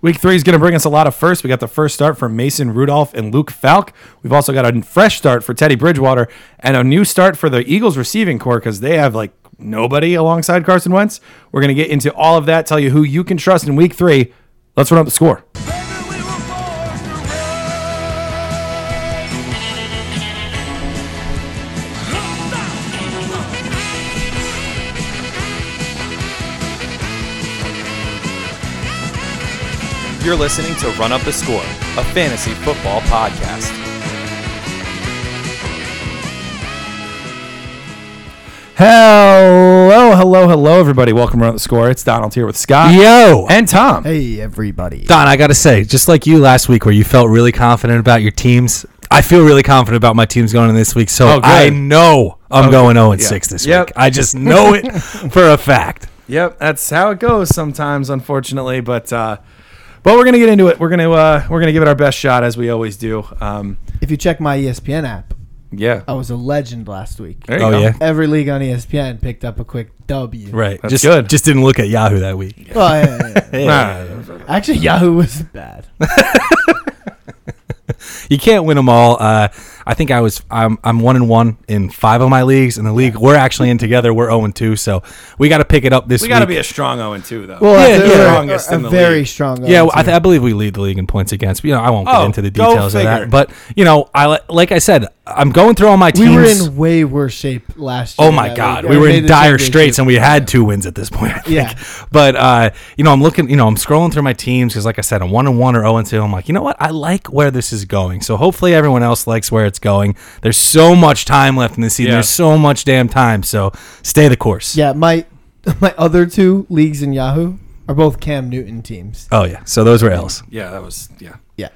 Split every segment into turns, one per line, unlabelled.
Week three is going to bring us a lot of firsts. We got the first start for Mason Rudolph and Luke Falk. We've also got a fresh start for Teddy Bridgewater and a new start for the Eagles receiving core because they have like nobody alongside Carson Wentz. We're going to get into all of that, tell you who you can trust in week three. Let's run up the score.
You're listening to Run Up the Score, a fantasy football podcast.
Hello, hello, hello, everybody. Welcome to Run Up the Score. It's Donald here with Scott
Yo.
and Tom.
Hey, everybody.
Don, I got to say, just like you last week where you felt really confident about your teams, I feel really confident about my teams going in this week. So
Oh, good. Oh,
I know I'm going 0 and
Yeah.
6 this
Yep.
week. I just know it for a fact.
Yep, that's how it goes sometimes, unfortunately. But uh, but we're gonna get into it. We're gonna uh, we're gonna give it our best shot as we always do. Um,
If you check my E ESPN app,
yeah.
I was a legend last week.
There you
Oh,
go.
yeah.
Every league on E ESPN picked up a quick W.
Right.
That's
just
good.
just didn't look at Yahoo that week.
Well, yeah, yeah, yeah.
Nah.
Actually, Yahoo was bad.
You can't win them all. Uh, I think I was I'm I'm 1 and 1 in 5 of my leagues in the league we're actually in together. We're 0 and 2, so we got to pick it up this
We
week.
got to be a strong 0 and 2, though.
Well,
Yeah,
they
yeah.
were
Strongest
a,
in the
very
league.
strong.
Yeah,
O
well, I,
team.
th- I believe we lead the league in points against. You know, I won't get
Oh,
into the
go
details of
figure.
that. But you know, I li- like I said, I'm going through all my teams.
we were in way worse shape last year.
oh my
that
god,
league.
we were
made
in
the
dire
championship.
straits, and we had two wins at this point. I think.
Yeah.
But uh, you know, I'm looking. You know, I'm scrolling through my teams because, like I said, I'm one and one or zero and two. I'm like, you know what? I like where this is going. So hopefully, everyone else likes where it's going. There's so much time left in the season.
Yeah.
There's so much damn time. So stay the course.
Yeah, my my other two leagues in Yahoo are both Cam Newton teams.
Oh yeah. So those were L's.
yeah, that was, yeah.
Yeah,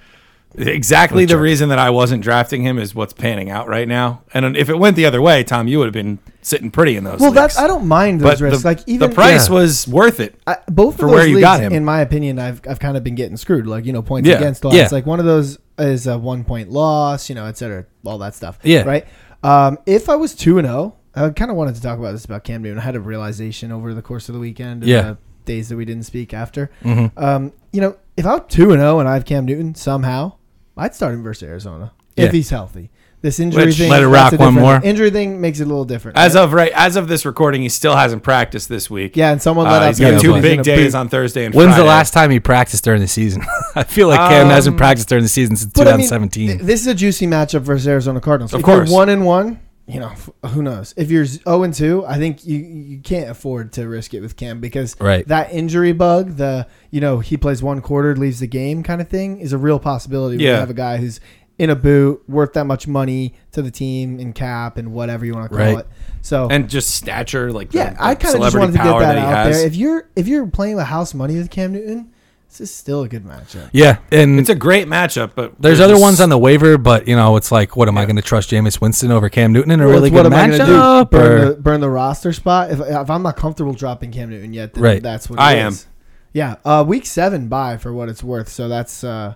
Exactly the reason that I wasn't drafting him is what's panning out right now. And if it went the other way, Tom, you would have been sitting pretty in those
well,
leagues.
that's I don't mind
But
those risks.
the,
like even
the price
Yeah.
was worth it.
I, both
for
of those
where you
leagues,
got him.
in my opinion, I've I've kind of been getting screwed. Like you know, points
Yeah,
against loss.
yeah.
Like one of those is a one point loss. You know, et cetera, all that stuff.
Yeah.
Right. Um, if I was two and zero, I kind of wanted to talk about this about Cam Newton. I had a realization over the course of the weekend. and
Yeah.
the days that we didn't speak after.
Mm-hmm.
Um, you know, if I'm two and zero and I have Cam Newton somehow, I'd start him versus Arizona
Yeah.
if he's healthy. This injury
Which-
thing.
let it rock
that's a
one
different-
more.
Injury thing makes it a little different.
As
right?
of right, as of this recording, he still hasn't practiced this week.
yeah, and someone let
Uh,
out
he's got
Yeah,
two
but-
big days
on.
on Thursday and
When's
Friday.
the last time he practiced during the season? I feel like Cam
Um,
hasn't practiced during the season since
But I mean,
2017.
th- this is a juicy matchup versus Arizona Cardinals.
Of
if
course.
you're one and one, you know f- who knows. If you're zero and two, I think you you can't afford to risk it with Cam because
Right.
that injury bug, the you know he plays one quarter, leaves the game kind of thing, is a real possibility. when
Yeah.
you have a guy who's in a boot, worth that much money to the team in cap and whatever you want to call
Right.
it. So
And just stature, like
yeah,
the,
I
the
kind of just
celebrity
wanted to get
power
that,
he
out
has.
there. If you're if you're playing with house money with Cam Newton, this is still a good matchup.
yeah, and
It's a great matchup, but
There's
we're
other
just-
ones on the waiver, but you know, it's like, what am I going to trust Jameis Winston over Cam Newton in a
Well,
really
it's what
good
am I gonna do?
matchup?
Burn the,
Or,
burn the roster spot. If, if I'm not comfortable dropping Cam Newton yet, then
Right.
that's what
I
it
am.
is. Yeah, uh, week seven by for what it's worth. So that's uh,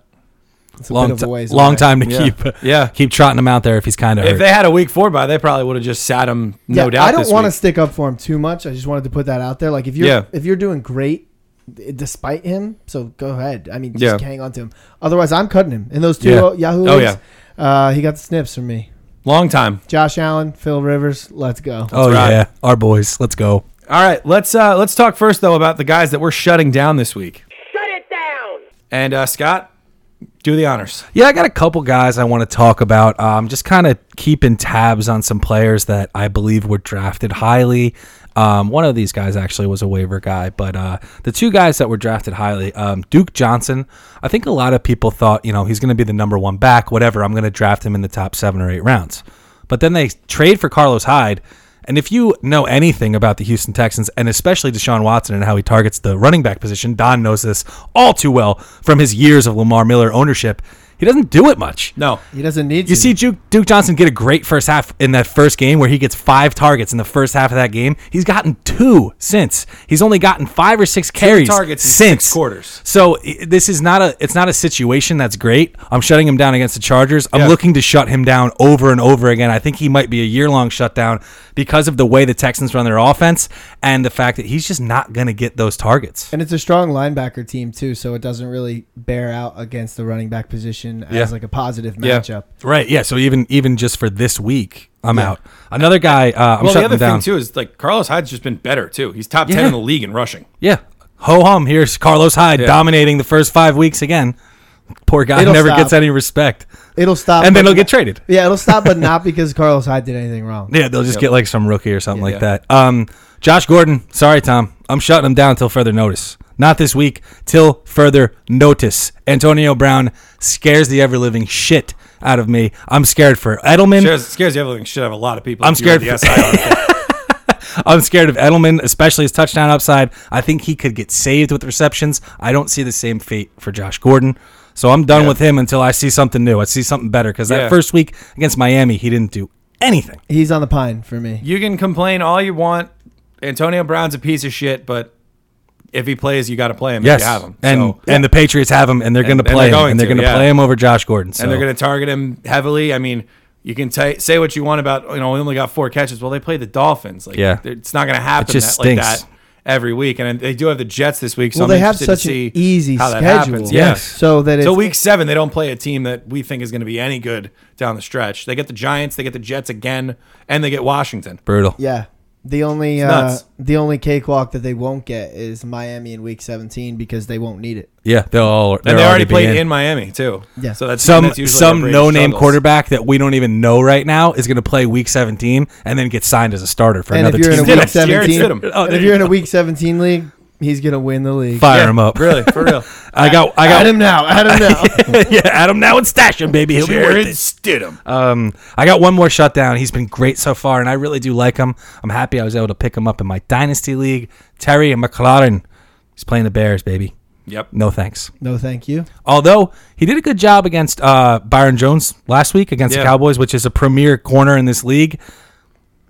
it's a bit
long,
of a
ti-
ways.
long
away.
time to
Yeah.
keep,
Yeah.
keep trotting him out there if he's kind of
If
hurt.
they had a week four by, they probably would have just sat him. No
yeah,
doubt.
I don't
this
want to
week.
stick up for him too much. I just wanted to put that out there. Like if you're
Yeah.
if you're doing great d- despite him, so go ahead. I mean, just
Yeah.
hang on to him. Otherwise, I'm cutting him in those two
Yeah.
uh, Yahoo.
Oh,
leagues, uh, he got the snips from me.
Long time.
Josh Allen, Phil Rivers, let's go.
oh
right.
yeah, our boys, let's go.
All right, let's uh, let's talk first though about the guys that we're shutting down this week.
Shut it down!
And uh, Scott, do the honors.
Yeah, I got a couple guys I want to talk about. Um, just kind of keeping tabs on some players that I believe were drafted highly. Um, one of these guys actually was a waiver guy, but uh, the two guys that were drafted highly, um, Duke Johnson. I think a lot of people thought, you know, he's going to be the number one back, whatever. I'm going to draft him in the top seven or eight rounds. But then they trade for Carlos Hyde. And if you know anything about the Houston Texans, and especially Deshaun Watson and how he targets the running back position, Don knows this all too well from his years of Lamar Miller ownership. He doesn't do it much.
No.
He doesn't need to.
You see Duke, Duke Johnson get a great first half in that first game where he gets five targets in the first half of that game. He's gotten two since. He's only gotten five or six carries
targets in
since
six quarters.
So i- this is not a it's not a situation that's great. I'm shutting him down against the Chargers. I'm
Yeah.
looking to shut him down over and over again. I think he might be a year long shutdown because of the way the Texans run their offense and the fact that he's just not going to get those targets.
and it's a strong linebacker team too, so it doesn't really bear out against the running back position as
Yeah.
like a positive
Yeah.
matchup.
Right? Yeah. So even even just for this week, I'm out. Another guy. Uh, I'm
Well,
shutting
the other
him down.
thing too is like Carlos Hyde's just been better too. He's top ten
Yeah.
in the league in rushing.
Yeah. Ho hum. Here's Carlos Hyde dominating the first five weeks again. Poor guy
It'll
never
stop.
gets any respect.
It'll stop,
And then
but-
he'll get traded.
Yeah, it'll stop, but not because Carlos Hyde did anything wrong.
Yeah, they'll just get like some rookie or something like that. Um, Josh Gordon. Sorry, Tom. I'm shutting him down till further notice. Not this week, till further notice. Antonio Brown scares the ever living shit out of me. I'm scared for Edelman.
Scares, scares the everything. Should have a lot of people.
I'm
if you read
scared
The SI article.
I'm scared of Edelman, especially his touchdown upside. I think he could get saved with receptions. I don't see the same fate for Josh Gordon. So I'm done with him until I see something new. I see something better because
Yeah.
that first week against Miami, he didn't do anything.
He's on the pine for me.
you can complain all you want. Antonio Brown's a piece of shit, but if he plays, you got to play him.
Yes,
if you have him.
and
So-
and the Patriots have him, and they're going to
and they're
play him,
going
and they're
to,
going to
yeah.
play him over Josh Gordon. So
and they're going to target him heavily. I mean, you can ta say what you want about you know we only got four catches. Well, they play the Dolphins. Like,
Yeah.
they're- it's not going to happen
just
that, like
stinks.
that every week. And they do have the Jets this week. So
Well,
I'm
they have
interested to
such
see
an easy
how that
schedule.
happens. Yeah.
Yes.
So that it's,
So week seven, they don't play a team that we think is going to be any good down the stretch. They get the Giants, they get the Jets again, and they get Washington.
brutal.
yeah. The only uh,
nuts.
the only cakewalk that they won't get is Miami in week 17 because they won't need it.
Yeah, they'll all.
And
they're
they already
be
played in. Miami too.
Yeah.
So that's
some
that's usually
some
where Brady
no name
struggles.
quarterback that we don't even know right now is going to play Week 17 and then get signed as a starter for
And if
another
you're in
team.
Stidham.
a week
Jared
17,
Stidham.
Oh,
and
there
if
you
you're in a week 17 league, he's gonna win the league.
Fire
Yeah,
him up.
really, for real.
I got I got
Add him now. Add him now.
yeah, add him now and stash him, baby. He'll be
Jared
worth it.
Stidham.
Um, I got one more shutdown. He's been great so far, and I really do like him. I'm happy I was able to pick him up in my dynasty league. Terry and McLaren. He's playing the Bears, baby.
Yep.
No thanks.
no, thank you.
Although he did a good job against uh, Byron Jones last week against
Yeah.
the Cowboys, which is a premier corner in this league.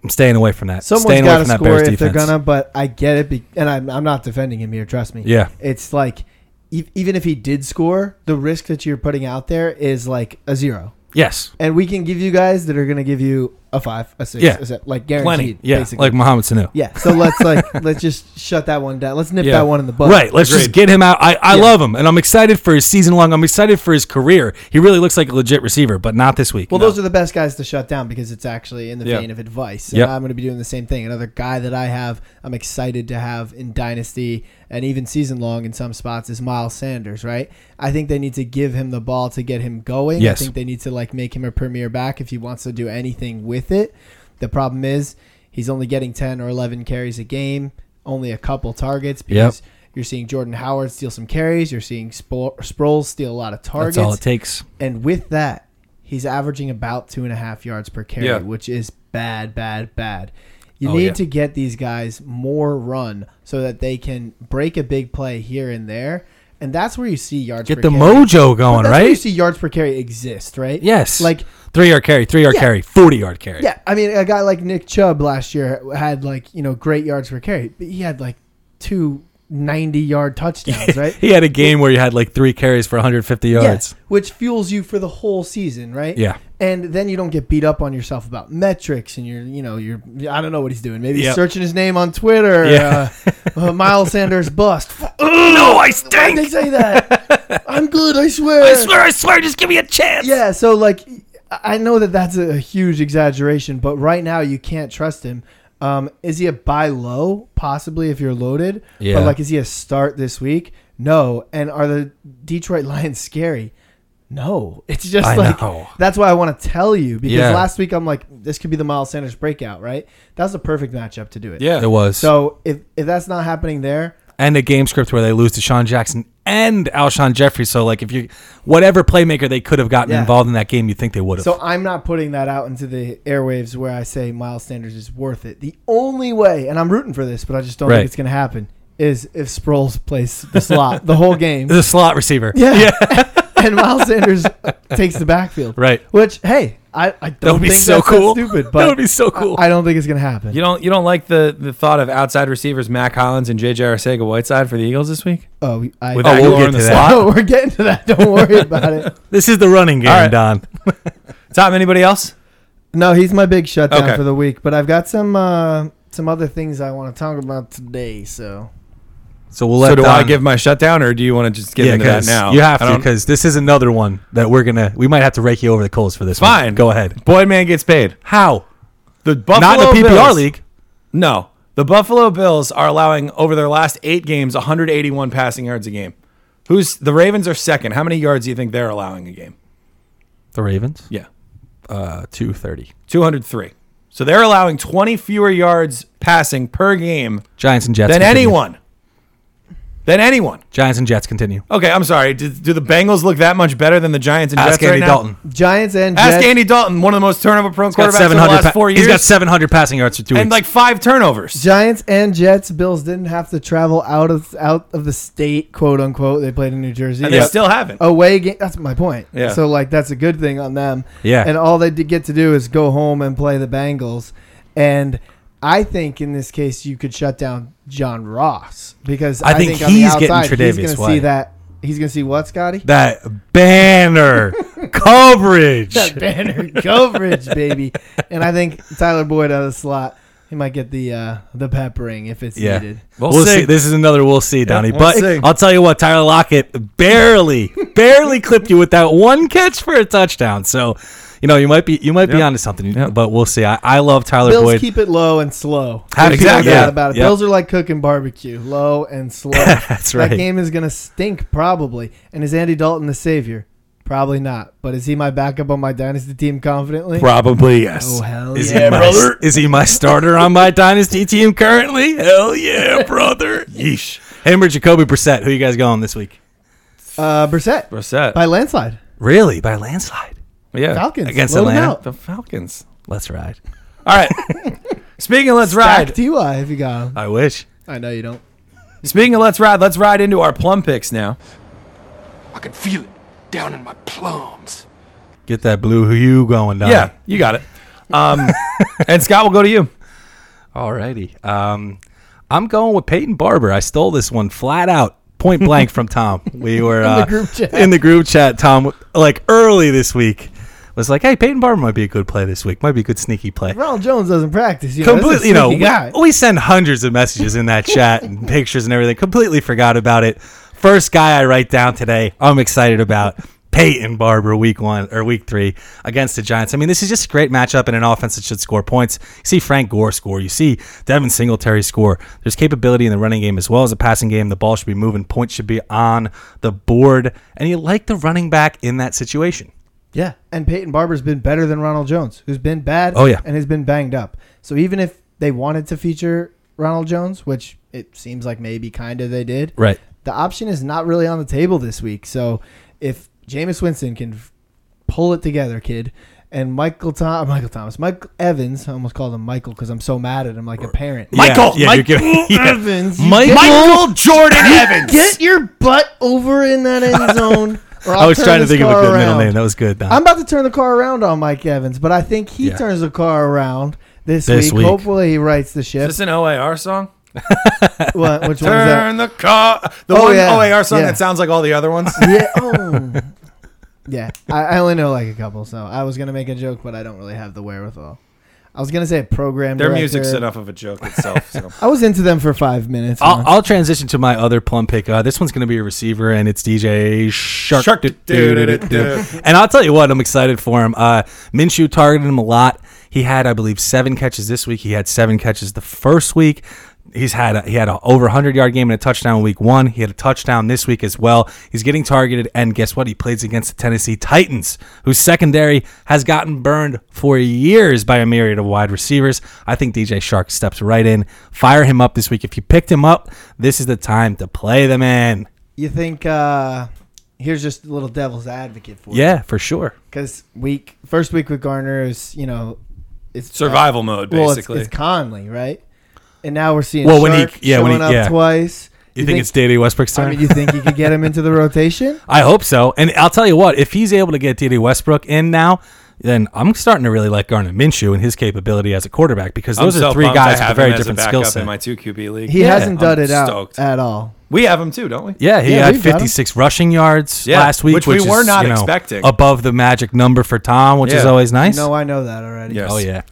I'm staying away from that.
Someone's
staying away
got to
from that
score
Bears
if
defense.
they're gonna, but I get it, be- and I'm, I'm not defending him here. Trust me.
Yeah.
it's like e- even if he did score, the risk that you're putting out there is like a zero,
Yes.
and we can give you guys that are gonna give you a five, a six,
Yeah.
a seven, like guaranteed.
Yeah.
basically.
Like Mohamed Sanu.
yeah. So let's like let's just shut that one down. Let's nip
Yeah.
that one in the bud.
right. Let's just
Agreed.
get him out. I, I love him, and I'm excited for his season long. I'm excited for his career. He really looks like a legit receiver, but not this week.
Well,
no.
those are the best guys to shut down because it's actually in the
Yeah.
vein of advice. And
Yep.
I'm going to be doing the same thing. Another guy that I have, I'm excited to have in Dynasty and even season long in some spots is Miles Sanders, right? I think they need to give him the ball to get him going.
Yes.
I think they need to like make him a premier back if he wants to do anything with it. The problem is he's only getting 10 or 11 carries a game, only a couple targets because you're seeing Jordan Howard steal some carries, you're seeing Spo- Sproles steal a lot of targets.
That's all it takes.
And with that, he's averaging about two and a half yards per carry,
Yeah.
which is bad, bad, bad. You
Oh,
need
yeah.
to get these guys more run so that they can break a big play here and there. And that's where you see yards
Get
per
the
carry.
mojo
But
going,
that's where you
right?
see yards per carry exist, right?
Yes.
Like
three yard carry, three yard
Yeah.
carry, forty yard carry.
yeah, I mean, a guy like Nick Chubb last year had like, you know, great yards per carry, but he had like two 90 yard touchdowns, right?
He had a game where he had like three carries for 150 yards.
Yes, which fuels you for the whole season, right?
Yeah.
And then you don't get beat up on yourself about metrics and you're, you know, you're, I don't know what he's doing. Maybe he's
Yep.
searching his name on Twitter.
Yeah.
Uh, uh, Miles Sanders bust. Fuck,
No, I
Why'd
stink.
they say that? I'm good, I swear.
I swear, just give me a chance.
Yeah. So, like, I I know that that's a huge exaggeration, but right now you can't trust him. Um, is he a buy low? Possibly if you're loaded.
Yeah.
But, like, is he a start this week? No. And are the Detroit Lions scary? No. It's just
I
like,
know.
that's why I want to tell you because
Yeah.
last week I'm like, this could be the Miles Sanders breakout, right? That's a perfect matchup to do it.
Yeah.
It was.
So, if, if that's not happening there,
and a game script where they lose to Sean Jackson and Alshon Jeffrey. So, like, if you, whatever playmaker they could have gotten
Yeah.
involved in that game, you think they would have.
So I'm not putting that out into the airwaves where I say Miles Sanders is worth it. The only way, and I'm rooting for this, but I just don't
Right.
think it's going to happen, is if Sproles plays the slot the whole game.
the slot receiver.
Yeah. and Miles Sanders takes the backfield.
Right.
Which, hey, I, I don't
would be
think
so
that's that
cool.
stupid,
That
but
would be so cool.
I, I don't think it's gonna happen.
You don't you don't like the, the thought of outside receivers Mac Hollins and JJ Arcega Whiteside for the Eagles this week?
oh, I,
With
Oh,
Aguilar
we'll get
in the
to that.
slot.
No, we're getting to that. Don't worry about it.
This is the running game,
All right.
Don.
Tom, anybody else?
No, he's my big shutdown
Okay.
for the week. But I've got some uh, some other things I want to talk about today. So
So we'll let
So do
Don
I give my shutdown or do you want to just get into that
'cause
now?
You have
I
to
don't-
because this is another one that we're gonna. We might have to rake you over the coals for this.
Fine.
one. go ahead.
Boyd man gets paid.
How?
The Buffalo
Not in the PPR
Bills-
league.
No. The Buffalo Bills are allowing over their last 8 games 181 passing yards a game. Who's the Ravens are second. How many yards do you think they're allowing a game?
The Ravens.
Yeah.
Uh, two thirty.
203. So they're allowing 20 fewer yards passing per game
Giants and Jets.
than
continue.
anyone. Than anyone.
Giants and Jets continue.
Okay, I'm sorry. Do, do the Bengals look that much better than the Giants and
Ask
Jets right
Andy
now?
Dalton.
Giants and
Ask
Jets,
Andy Dalton, one of the most turnover-prone
He's got
quarterbacks in the
700
last
pa-
four years,
He's got 700 passing yards for two
and
weeks.
like five turnovers.
Giants and Jets. Bills didn't have to travel out of out of the state, quote unquote. They played in New Jersey.
And they still haven't.
away game. That's my point.
Yeah.
So like that's a good thing on them.
Yeah.
And all they did get to do is go home and play the Bengals. And I think in this case you could shut down John Ross because
I
I,
think
think, on the
he's getting
outside,
Tre'Davious
he's going to
White.
see that. He's going to see what Scotty
that banner coverage.
that banner coverage, baby. And I think Tyler Boyd out of the slot. He might get the uh, the peppering if it's
Yeah.
needed.
We'll
We'll,
see.
see. This is another we'll see, Donnie.
we'll
but
see.
I'll tell you what, Tyler Lockett barely, barely clipped you with that one catch for a touchdown. So, you know, you might be you might be onto something. But we'll see. I, I love Tyler
Bills
Boyd.
keep it low and slow.
Have
There's no
exactly.
doubt
Yeah.
about it.
Yep.
Bills are like cooking barbecue, low and slow. That's
right.
That game is gonna stink probably. And is Andy Dalton the savior? Probably not. But is he my backup on my dynasty team confidently?
Probably yes.
Oh hell
is
yeah,
he my,
brother.
Is he my starter on my dynasty team currently? Hell yeah, brother. Yeesh. Him or Jacoby Brissett? Who you guys going this week?
Uh, Brissett
Brissett.
by landslide.
Really, by a landslide
yeah.
Falcons Oh.
against
Load 'em
Atlanta.
out.
The Falcons.
Let's ride.
All right. Speaking of let's
Back
ride.
DUI if you got him.
I wish.
I know you don't.
Speaking of let's ride, let's ride into our plum picks now.
I can feel it down in my plums.
Get that blue hue going, Donnie.
Yeah, you got it. Um, and Scott will go to you.
Alrighty. Um, I'm going with Peyton Barber. I stole this one flat out, point blank from Tom. We were in,
the group chat.
in the group chat. Tom, like early this week, was like, "Hey, Peyton Barber might be a good play this week. Might be a good sneaky play."
Ronald Jones doesn't practice. You know, This is a
completely, you know,
sneaky guy.
we, we send hundreds of messages in that chat and pictures and everything. Completely forgot about it. First guy I write down today, I'm excited about Peyton Barber week one or week three against the Giants. I mean, this is just a great matchup and an offense that should score points. You see Frank Gore score, you see Devin Singletary score. There's capability in the running game as well as the passing game. The ball should be moving, points should be on the board, and you like the running back in that situation.
Yeah, and Peyton Barber's been better than Ronald Jones, who's been bad.
Oh, yeah.
and has been banged up. So even if they wanted to feature Ronald Jones, which it seems like maybe kind of they did,
Right.
The option is not really on the table this week. So if Jameis Winston can f- pull it together, kid, and Michael Tom, Michael Thomas, Mike Evans, I almost called him Michael because I'm so mad at him, like a parent.
Michael,
yeah,
Mike-
you're giving, yeah.
Evans, you
Michael,
Jordan Evans.
get your butt over in that end zone. or I'll
I was
turn
trying to
this
think of a
car
good middle
around.
name. That was good. Don.
I'm about to turn the car around on Mike Evans, but I think he
Yeah.
turns the car around this,
This
week.
week.
Hopefully, he writes the
Is
ship.
this an OAR song?
what, which one's that?
Turn the car. The
Oh,
one
yeah.
OAR song
Yeah.
that sounds like all the other ones.
Yeah. Oh. yeah. I, I only know like a couple, so I was gonna make a joke, but I don't really have the wherewithal. I was gonna say a program.
Their
director.
music's enough of a joke itself. So.
I was into them for five minutes.
I'll, I'll transition to my other plum pick. Uh, this one's going to be a receiver, and it's DJ Shark.
Shark.
Do- do- do- do- do. And I'll tell you what, I'm excited for him. Uh, Minshew targeted him a lot. He had, I believe, seven catches this week. He had seven catches the first week. He's had a, he had a over 100 yard game and a touchdown in week one. He had a touchdown this week as well. He's getting targeted, and guess what? He plays against the Tennessee Titans, whose secondary has gotten burned for years by a myriad of wide receivers. I think DJ Shark steps right in. Fire him up this week. If you picked him up, this is the time to play the man.
you think? uh Here's just a little devil's advocate for
Yeah, for sure.
Because week first week with Garner is you know it's
Survival mode,
Well,
basically.
it's, it's Conley, right? And now we're seeing
Well,
Shark
when he- yeah,
showing
when he-
up
yeah.
twice.
You, think, it's D.D. Westbrook's turn?
I mean, you think you could get him into the rotation?
I hope so. And I'll tell you what, if he's able to get D.D. Westbrook in now, then I'm starting to really like Garner Minshew and his capability as a quarterback because those
I'm
are
so
three
pumped I
guys with
have
a
him
very
as
different
backup
skill set.
in my two QB league.
He hasn't done
I'm
it out
stoked.
at all.
we have him too, don't we?
yeah, he
Yeah,
had
we've got him.
56 rushing yards
Yeah,
last week,
which we
is,
were not
you know,
expecting.
above the magic number for Tom, which is
Yeah.
always nice.
No, I know that already.
Yes.
oh yeah,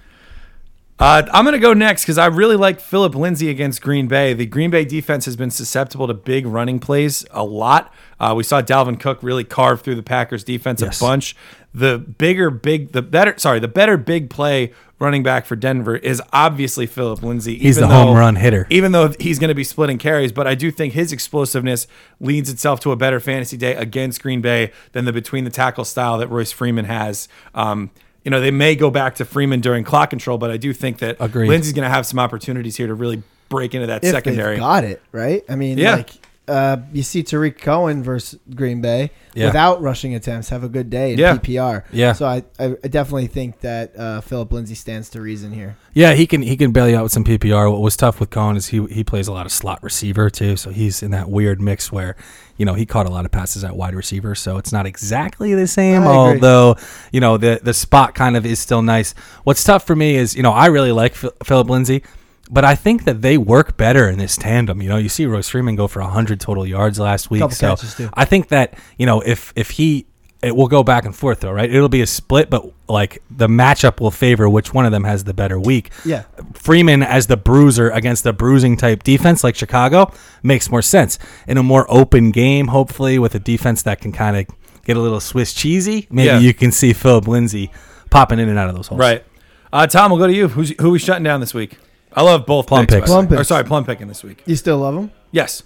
Uh, I'm going to go next because I really like Philip Lindsay against Green Bay. The Green Bay defense has been susceptible to big running plays a lot. Uh, we saw Dalvin Cook really carve through the Packers defense
Yes.
a bunch. The bigger big, the better. Sorry, the better big play running back for Denver is obviously Philip Lindsay.
He's the home run hitter.
even though he's going to be splitting carries. But I do think his explosiveness leads itself to a better fantasy day against Green Bay than the between the tackle style that Royce Freeman has. Um, you know, they may go back to Freeman during clock control, but I do think that
Agreed.
Lindsey's going to have some opportunities here to really break into that
If
secondary.
they've got it right. I mean,
Yeah.
like uh, you see Tariq Cohen versus Green Bay
Yeah.
without rushing attempts have a good day in
Yeah.
PPR.
Yeah.
So I, I definitely think that uh, Philip Lindsay stands to reason here.
yeah. He can he can bail you out with some PPR. What was tough with Cohen is he he plays a lot of slot receiver too, so he's in that weird mix where you know he caught a lot of passes at wide receiver, so it's not exactly the same.
I agree.
Although you know the the spot kind of is still nice. What's tough for me is you know I really like Phil Philip Lindsay. But I think that they work better in this tandem. You know, you see Royce Freeman go for 100 total yards last week.
Couple
so
catches, too.
I think that you know if if he it will go back and forth though, right? It'll be a split, but like the matchup will favor which one of them has the better week.
Yeah.
Freeman as the bruiser against the bruising type defense like Chicago makes more sense in a more open game. Hopefully, with a defense that can kind of get a little Swiss cheesy, maybe
Yeah.
you can see Philip Lindsay popping in and out of those holes.
Right. Uh, Tom, we'll go to you. Who's, who we shutting down this week? I love both
Plum
picks. by
picks.
the way.
Plum picks.
Or sorry, plum picking this week.
You still love him?
Yes.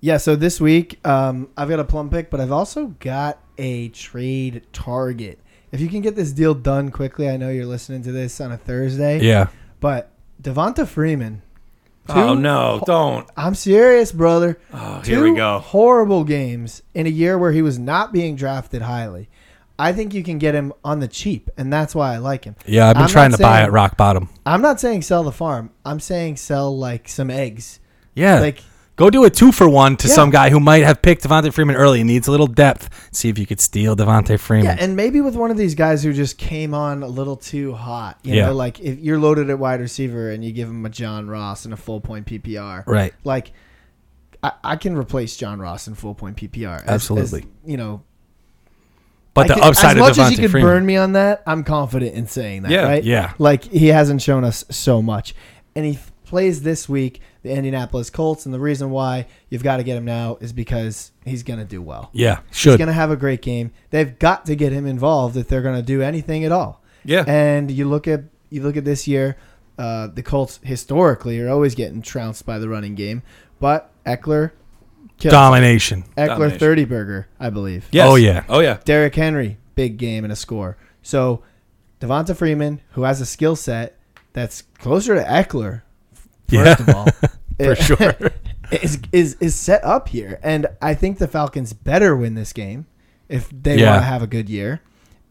Yeah, so this week um, I've got a plum pick, but I've also got a trade target. If you can get this deal done quickly, I know you're listening to this on a Thursday.
Yeah.
But Devonta Freeman.
oh
Two-
no, don't.
I'm serious, brother.
Oh, here we
Two
go.
Horrible games in a year where he was not being drafted highly. I think you can get him on the cheap, and that's why I like him.
Yeah, I've been
I'm
trying to
not
buy
saying-
at rock bottom.
I'm not saying sell the farm. I'm saying sell like some eggs.
Yeah.
Like
Go do a two for one to
Yeah.
some guy who might have picked Devontae Freeman early and needs a little depth. See if you could steal Devontae Freeman.
Yeah, and maybe with one of these guys who just came on a little too hot. You
Yeah.
know, like if you're loaded at wide receiver and you give him a John Ross and a full point PPR.
right.
Like I, I can replace John Ross in full point PPR. as- as,
Absolutely.
you know,
But
I
the
could-
upside
as much
of
as you
Devontae
could
Freeman.
burn me on that, I'm confident in saying that.
Yeah,
right?
yeah.
Like he hasn't shown us so much, and he f- plays this week the Indianapolis Colts, and the reason why you've got to get him now is because he's going to do well.
yeah,
He's
should.
going to have a great game. They've got to get him involved if they're going to do anything at all.
Yeah.
And you look at you look at this year, uh, the Colts historically are always getting trounced by the running game, but Eckler, kills.
Domination.
Eckler
Domination.
thirty burger, I believe.
Yes.
Oh, yeah.
Oh yeah.
Derrick Henry, big game and a score. So Devonta Freeman, who has a skill set that's closer to Eckler,
Yeah.
first of all, for sure, is, is is set up here, and I think the Falcons better win this game if they
Yeah.
want to have a good year,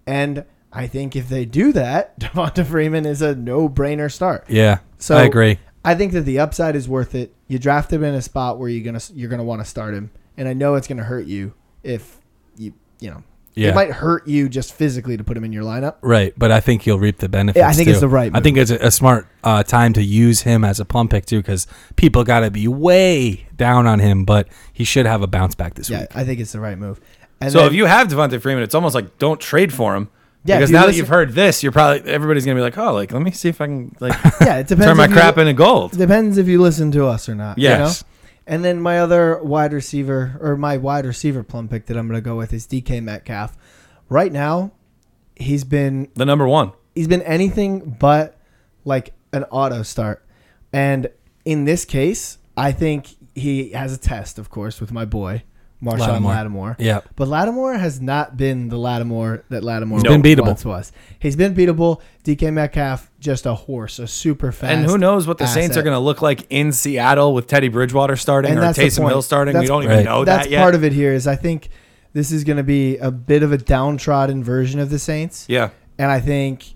and I think if they do that, Devonta Freeman is a no-brainer start.
Yeah.
So
I agree.
I think that the upside is worth it. You draft him in a spot where you're gonna you're gonna want to start him, and I know it's gonna hurt you if you you know
Yeah.
it might hurt you just physically to put him in your lineup.
Right, but I think he'll reap the benefits.
Yeah, I think it's
too.
the right
I think it's a, a smart uh, time to use him as a plum pick too, because people got to be way down on him. But he should have a bounce back this
Yeah,
week.
I think it's the right move. And
So
then-
if you have Devontae Freeman, it's almost like don't trade for him.
Yeah, if
because
you
now that
listen-
you've heard this, you're probably everybody's gonna be like, oh, like let me see if I can like
yeah, it depends.
turn my
if you-
crap into gold.
depends if you listen to us or not. You know?
Yes.
And then my other wide receiver or my wide receiver plum pick that I'm gonna go with is DK Metcalf. Right now, he's been
The number one.
he's been anything but like an auto start. And in this case, I think he has a test, of course, with my boy Marshawn
Lattimore.
Lattimore.
Yeah.
But Lattimore has not been the Lattimore that Lattimore
been beatable.
once was. He's been beatable. DK Metcalf just a horse, a super fast.
And who knows what the Saints are going to look like in Seattle with Teddy Bridgewater starting
And
or
that's the
Taysom
point.
Hill starting? we
That's-
don't even
Right.
know
That's
that yet.
part of it here is I think this is going to be a bit of a downtrodden version of the Saints.
yeah.
And I think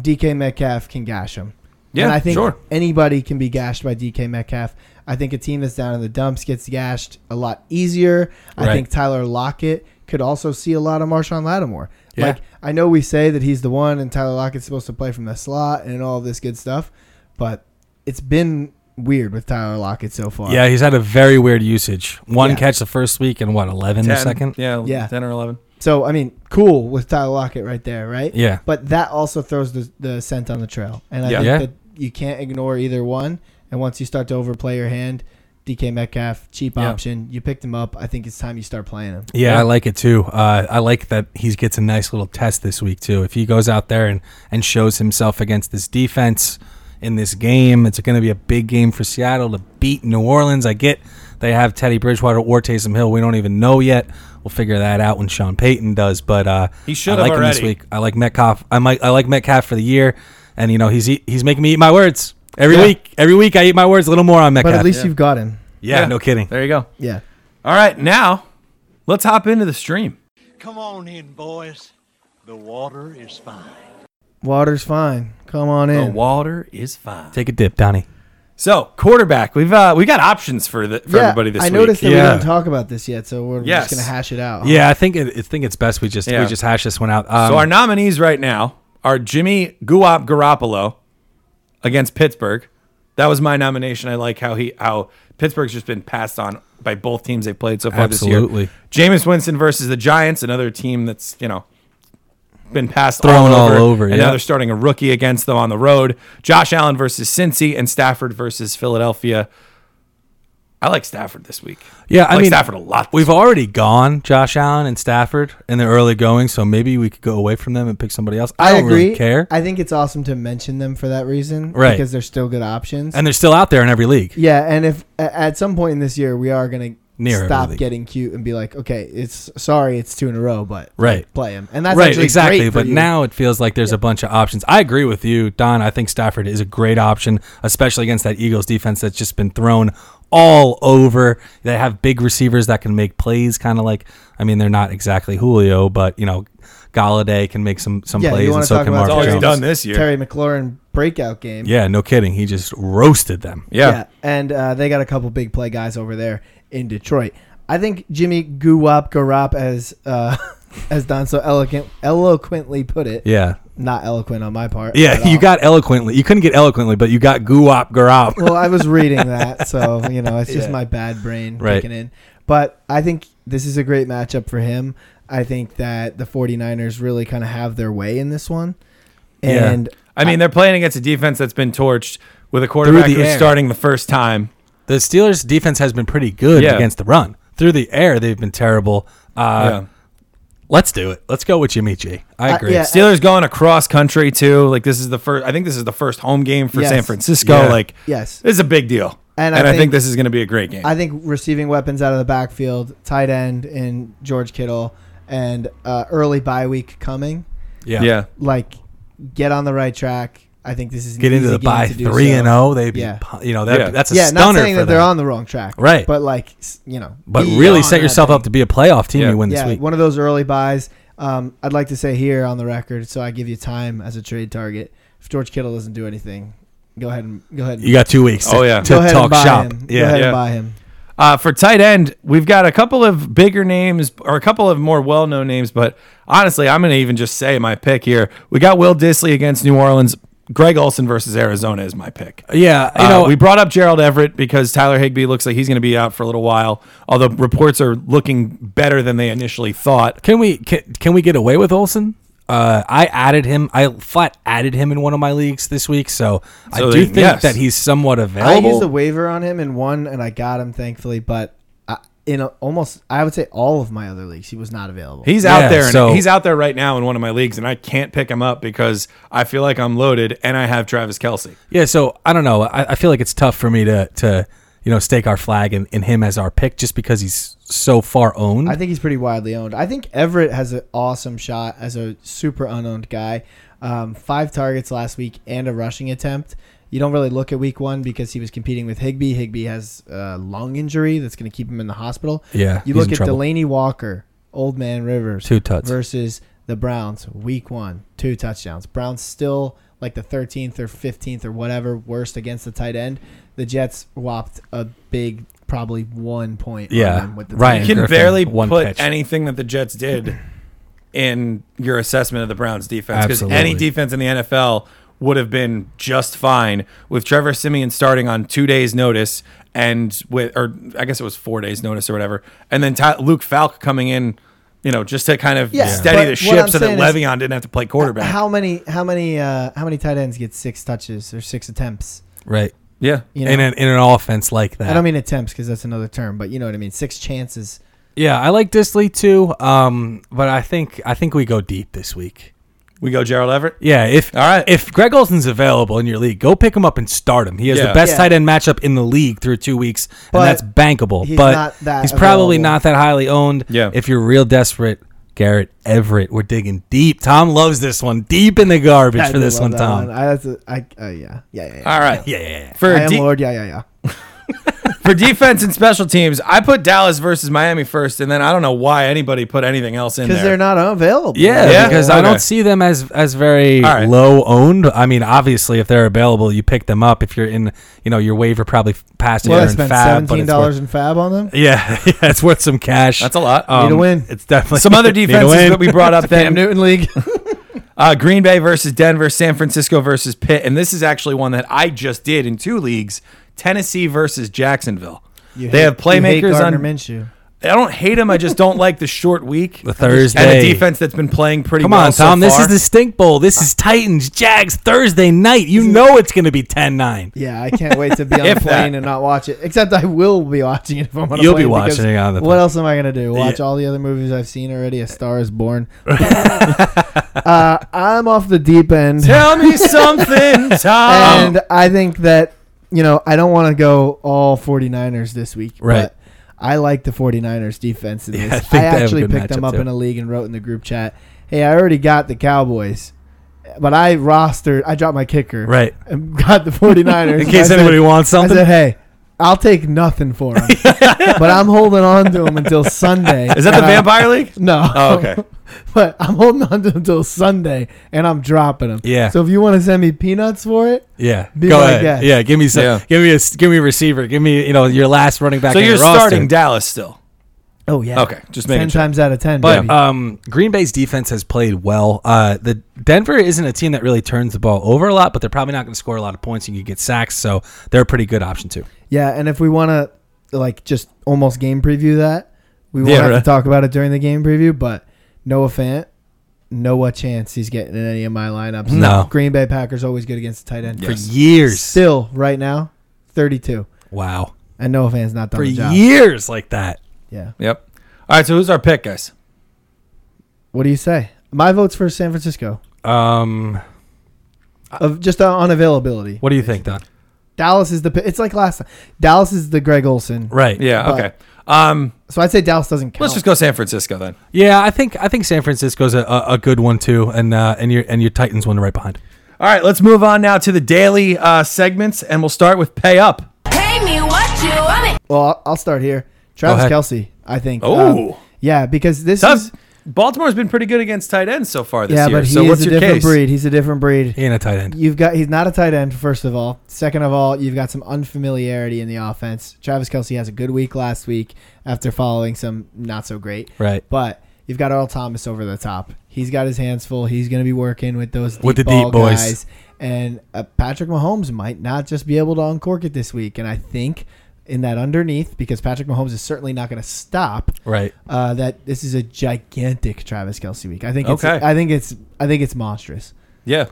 DK Metcalf can gash him.
Yeah,
and I think
sure.
anybody can be gashed by DK Metcalf. I think a team that's down in the dumps gets gashed a lot easier. I
Right.
think Tyler Lockett could also see a lot of Marshawn Lattimore.
Yeah.
Like I know we say that he's the one, and Tyler Lockett's supposed to play from the slot and all this good stuff, but it's been weird with Tyler Lockett so far.
Yeah, he's had a very weird usage. One
Yeah.
catch the first week and what, 11 the
10,
second?
Yeah,
Yeah.
10 or 11.
So I mean, cool with Tyler Lockett right there, right?
Yeah.
But that also throws the, the scent on the trail, and I
Yeah.
think
Yeah.
that you can't ignore either one. And once you start to overplay your hand, DK Metcalf, cheap
Yeah.
option, you picked him up. I think it's time you start playing him.
Yeah,
Yeah.
I like it too. Uh, I like that he gets a nice little test this week too. If he goes out there and, and shows himself against this defense in this game, it's going to be a big game for Seattle to beat New Orleans. I get they have Teddy Bridgewater or Taysom Hill. We don't even know yet. We'll figure that out when Sean Payton does. But uh,
He should
I
have
like him this
already.
week. I like Metcalf. I might. I like Metcalf for the year. And you know he's eat, he's making me eat my words every
Yeah.
week. Every week I eat my words a little more on Metcalf.
But at least you've got him.
yeah, no kidding.
There you go.
Yeah.
All right, now let's hop into the stream.
Come on in, boys. The water is fine.
Water's fine. Come on
Oh,
The
in.
water is fine.
Take a dip, Donnie.
So quarterback, we've uh, we got options for the, for everybody this
I
week.
noticed that
Yeah.
we didn't talk about this yet, so we're
Yes.
just gonna hash it out.
Yeah, I think it, I think it's best we just
Uh-huh. Yeah.
we just hash this one out. Um,
so our nominees right now are Jimmy Guap Garoppolo against Pittsburgh. That was my nomination. I like how he how Pittsburgh's just been passed on by both teams they played so far
Absolutely.
this year. Jameis Winston versus the Giants, another team that's you know been passed
Thrown
all over,
all over,
and
yeah.
now they're starting a rookie against them on the road. Josh Allen versus Cincy and Stafford versus Philadelphia. I like Stafford this week.
Yeah,
I,
I
like
mean,
Stafford a lot. this
We've already gone Josh Allen and Stafford in the early going, so maybe we could go away from them and pick somebody else. I,
I,
don't
agree.
really care.
I think it's awesome to mention them for that reason,
Right.
Because they're still good options.
and they're still out there in every league.
Yeah, and if a- at some point in this year we are gonna
Near
stop
everything.
getting cute and be like, okay, it's sorry, it's two in a row, but
Right.
play him, and that's
right,
actually
exactly.
great for
but
you.
now it feels like there's a bunch of options. I agree with you, Don. I think Stafford is a great option, especially against that Eagles defense that's just been thrown all over. They have big receivers that can make plays, kind of like I mean, they're not exactly Julio, but you know, Galladay can make some some
Yeah, you
plays,
wanna
and so
talk
can
about
all
Marvin
he's
Terry-
Jones.
done this year.
Terry McLaurin breakout game.
Yeah, no kidding. He just roasted them.
year. yeah.
and uh, they got a couple big play guys over there in Detroit. I think Jimmy Guwap Garap, as uh, as Don so eloquent eloquently put it,
Yeah,
not eloquent on my part. uh,
Yeah,
at
you
all.
got eloquently. You couldn't get eloquently, but you got guwap garop.
well, I was reading that, so you know, it's just my bad brain
Right.
kicking in. But I think this is a great matchup for him. I think that the 49ers really kind of have their way in this one.
Yeah.
And
I mean, they're playing against a defense that's been torched with a quarterback
the
who's
air.
starting the first time.
The Steelers' defense has been pretty good
Yeah.
against the run. Through the air, they've been terrible. Uh,
yeah.
Let's do it. Let's go with Jimmy G. I
Uh,
agree.
yeah.
Steelers going across country too. Like this is the first. I think this is the first home game for
Yes.
San Francisco.
Yeah.
Like
yes,
this is a big deal, and,
And
I,
I
think,
think-
this is going to be a great game.
I think receiving weapons out of the backfield, tight end in George Kittle, and uh, early bye week coming,
Yeah.
yeah.
like get on the right track. I think this is an
Get into
easy
the
game
bye
to do
three
so.
and zero. They,
Yeah.
yeah. you know, that,
Yeah.
that's a
yeah,
stunner
not saying
for
that they're
them.
on the wrong track,
Right.
But like s- you know,
But
be
really
on
set
that
yourself
thing.
up to be a playoff team.
Yeah.
You win this
yeah,
week.
one of those early buys. Um, I'd like to say here on the record, so I give you time as a trade target. If George Kittle doesn't do anything, go ahead and go ahead. And,
You got two weeks. To,
Oh, yeah.
to
go ahead
talk
and buy
shop.
him. go
Yeah.
ahead
Yeah.
and buy him.
Uh, for tight end, we've got a couple of bigger names or a couple of more well-known names, but honestly, I'm going to even just say my pick here. We got Will Disley against New Orleans. Greg Olson versus Arizona is my pick.
Yeah, you
Uh,
know,
we brought up Gerald Everett because Tyler Higbee looks like he's going to be out for a little while. Although reports are looking better than they initially thought.
Can we can, can we get away with Olson? Uh, I added him. I flat added him in one of my leagues this week, so, I
So
do
then,
think
yes.
that he's somewhat
I
available.
used a waiver on him in one, and I got him thankfully. But I, in a, almost, I would say all of my other leagues, he was not available.
He's
Yeah,
out there. And
so-
he's out there right now in one of my leagues, and I can't pick him up because I feel like I'm loaded and I have Travis Kelsey.
yeah, so I don't know. I, I feel like it's tough for me to to you know stake our flag and, and him as our pick just because he's so far owned.
I think he's pretty widely owned. I think Everett has an awesome shot as a super unowned guy. Um, five targets last week and a rushing attempt. You don't really look at week one because he was competing with Higby. Higby has a lung injury that's going to keep him in the hospital.
Yeah,
You
he's
look
in
at
trouble.
Delaney Walker, Old Man Rivers,
Two tuts.
versus the Browns, week one, two touchdowns. Browns still like the 13th or 15th or whatever worst against the tight end, the Jets whopped a big, probably one point. on
Yeah.
them with the
Ryan
tight
You
end.
can
Griffin,
barely
one
put
catch.
anything that the Jets did in your assessment of the Browns defense because
Absolutely.
any defense in the NFL would have been just fine with Trevor Simeon starting on two days' notice and with, or I guess it was four days' notice or whatever, and then Ty- Luke Falk coming in, you know, just to kind of
Yeah,
steady
but
the
what
ship
I'm
so that
saying is-
Le'Veon didn't have to play quarterback.
How many? How many? Uh, how many tight ends get six touches or six attempts?
right?
yeah,
You know,
in an in an offense like that.
I don't mean attempts because that's another term, but you know what I mean. Six chances.
yeah, I like Disley too. Um, but I think I think we go deep this week.
we go Gerald Everett.
Yeah, if
All right.
if Greg Olson's available in your league, go pick him up and start him. He has
Yeah.
the best
Yeah.
tight end matchup in the league through two weeks,
But
and that's bankable.
he's
but
not that
he's probably
available.
not that highly owned.
Yeah.
if you're real desperate, Garrett Everett, we're digging deep. Tom loves this one, deep in the garbage
I
for
do
this
love
one,
that
Tom.
I, that's a, I, uh, yeah, yeah, yeah. yeah.
All right,
Yeah, yeah, yeah.
for
I am
de-
Lord. Yeah, yeah, yeah.
for defense and special teams, I put Dallas versus Miami first, and then I don't know why anybody put anything else in there.
Because they're not available.
Yeah,
Yeah?
because I
Okay.
don't see them as as very
All right.
low owned. I mean, obviously, if they're available, you pick them up. If you're in, you know, your waiver probably passed
Well,
well,
I
in
spent
fab, but
seventeen
it's worth,
dollars in fab on them.
yeah, yeah, it's worth some cash.
That's a lot.
Um,
Need a win.
It's definitely
Some other
need a
defenses
win.
that we brought up then
Cam Newton League.
uh, Green Bay versus Denver, San Francisco versus Pitt, and this is actually one that I just did in two leagues: Tennessee versus Jacksonville.
You
they
hate-
have
you hate
playmakers on.
Gardner Minshew.
I don't hate them. I just don't like the short week
The Thursday.
and the defense that's been playing pretty.
Come
well
on,
so
Tom. this
far.
is the Stink Bowl. This is Titans Jags Thursday night. You know it's going to be 10-9.
Yeah, I can't wait to be on the
If that.
plane and not watch it. Except I will be watching it if I'm on a
You'll be
plane. because
watching it on the
What
plane.
else am I going to do? Watch
Yeah.
all the other movies I've seen already? A Star is Born. uh, I'm off the deep end.
Tell me something, Tom.
And I think that, you know, I don't want to go all 49ers this week.
Right.
But I like the 49ers defense in
Yeah,
this.
I
I,
think they have a
actually
good
picked them
matchup,
up
too.
in a league and wrote in the group chat, hey, I already got the Cowboys, but I rostered, I dropped my kicker.
Right.
And got the 49ers.
In case
I said-
anybody wants something.
I said, hey, I'll take nothing for him. but I'm holding on to him until Sunday.
uh,
is that the
And I-
Vampire League?
No.
Oh, okay.
but I'm holding on to him until Sunday, and I'm dropping him.
Yeah.
So if you want to send me peanuts for it,
yeah.
Be
Go
my
ahead.
guest.
Yeah, give me some
Yeah.
give me a s- give me a receiver. Give me, you know, your last running back
So
on
you're
your roster.
starting Dallas still?
oh yeah.
Okay, just making
Ten
sure. uh,
times out of ten.
But
baby.
um, Green Bay's defense has played well. Uh, the Denver isn't a team that really turns the ball over a lot, but they're probably not going to score a lot of points and you get sacks, so they're a pretty good option too.
yeah, and if we want to like just almost game preview that, we won't
Yeah,
have
right.
to talk about it during the game preview. But Noah Fant, Noah chance he's getting in any of my lineups.
No.
Green Bay Packers always good against the tight end.
Yes.
For years.
Still right now, thirty-two,
wow.
and Noah Fant's not done
For
the job.
years like that.
Yeah.
Yep. All right. So who's our pick, guys?
What do you say? My vote's for San Francisco.
Um,
Of just uh, on availability,
what do you think, Don?
Dallas is the. p- It's like last time. Dallas is the Greg Olson.
Right.
Yeah.
But-
Okay. Um,
So I'd say Dallas doesn't count.
let's just go San Francisco then.
Yeah, I think I think San Francisco's a, a, a good one too, and uh, and your and your Titans one right behind.
All right, let's move on now to the daily uh, segments, and we'll start with pay up.
Pay me what you want it.
Well, I'll- I'll start here.
Go
Travis
ahead.
Kelsey, I think. Um,
Oh.
yeah, because this
Does
is
Baltimore's been pretty good against tight ends so far this
yeah,
year.
but he
so what's
is a
your
different
case?
breed. He's a different breed.
He ain't a tight end.
You've got he's not a tight end first of all. Second of all, you've got some unfamiliarity in the offense. Travis Kelsey has a good week last week after following some not so great.
Right.
But you've got Earl Thomas over the top. He's got his hands full. He's going to be working with those deep
With the
ball
deep boys.
guys. And uh, Patrick Mahomes might not just be able to uncork it this week. And I think in that underneath, because Patrick Mahomes is certainly not going to stop.
Right.
Uh, that this is a gigantic Travis Kelsey week. I think. It's,
Okay.
I think it's. I think it's monstrous.
Yeah.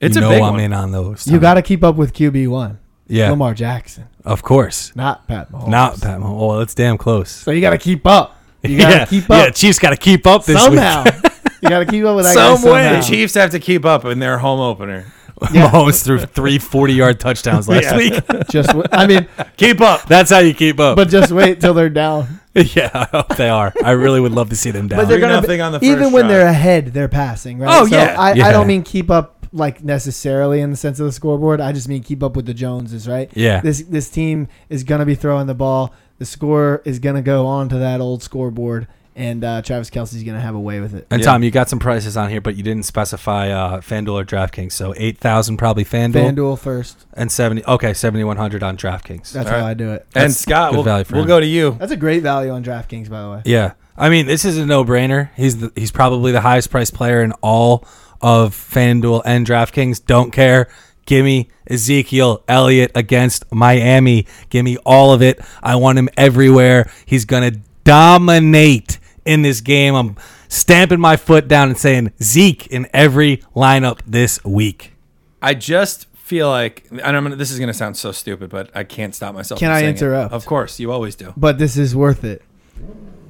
It's
you
a
know
big
I'm
one.
in on those.
You got to keep up with QB one.
Yeah.
Lamar Jackson,
of course.
not Pat Mahomes.
Not Pat Mahomes. Well, that's damn close.
So you got to keep up. You got to
yeah.
keep
Yeah,
up
Chiefs got to keep up this
somehow.
week.
you got to keep up with that guy
Some way
somehow.
the Chiefs have to keep up in their home opener.
Mahomes threw three 40 yard touchdowns last
Yeah.
week.
Just. w- I mean.
Keep up.
That's how you keep up.
but just wait till they're down.
yeah, I hope they are. I really would love to see them down.
they're- gonna nothing on the
even
first
when
drive.
they're ahead, they're passing, right?
Oh, yeah.
I,
Yeah.
I don't mean keep up like necessarily in the sense of the scoreboard. I just mean keep up with the Joneses, right?
Yeah.
This this team is gonna be throwing the ball. The score is gonna go on to that old scoreboard, and uh, Travis Kelsey's going to have a way with it.
And Tom, you got some prices on here, but you didn't specify uh, FanDuel or DraftKings. So eight thousand probably FanDuel,
FanDuel first.
and seventy. Okay, seventy one hundred on DraftKings.
That's how I do it.
And
That's
Scott,
good
we'll,
value for
we'll
him.
go to you.
That's a great value on DraftKings, by the way.
Yeah, I mean this is a no brainer. He's the, he's probably the highest priced player in all of FanDuel and DraftKings. Don't care. Gimme Ezekiel Elliott against Miami. Gimme all of it. I want him everywhere. He's gonna dominate in this game. I'm stamping my foot down and saying Zeke in every lineup this week.
I just feel like, and I'm gonna, this is going to sound so stupid, but I can't stop myself.
Can
from
I
saying it.
interrupt?
Of course, you always do.
But this is worth it.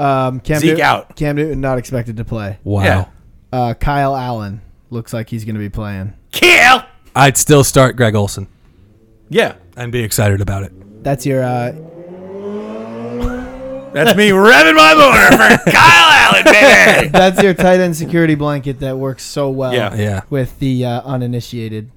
Um, Cam
Zeke
Newton,
out.
Cam Newton not expected to play.
Wow.
Yeah.
Uh, Kyle Allen looks like he's going to be playing.
Kill.
I'd still start Greg Olson
Yeah,
and be excited about it.
That's your uh,
that's me revving my motor for Kyle Allen, baby.
that's your tight end security blanket that works so well.
Yeah.
Yeah.
With the uh, uninitiated.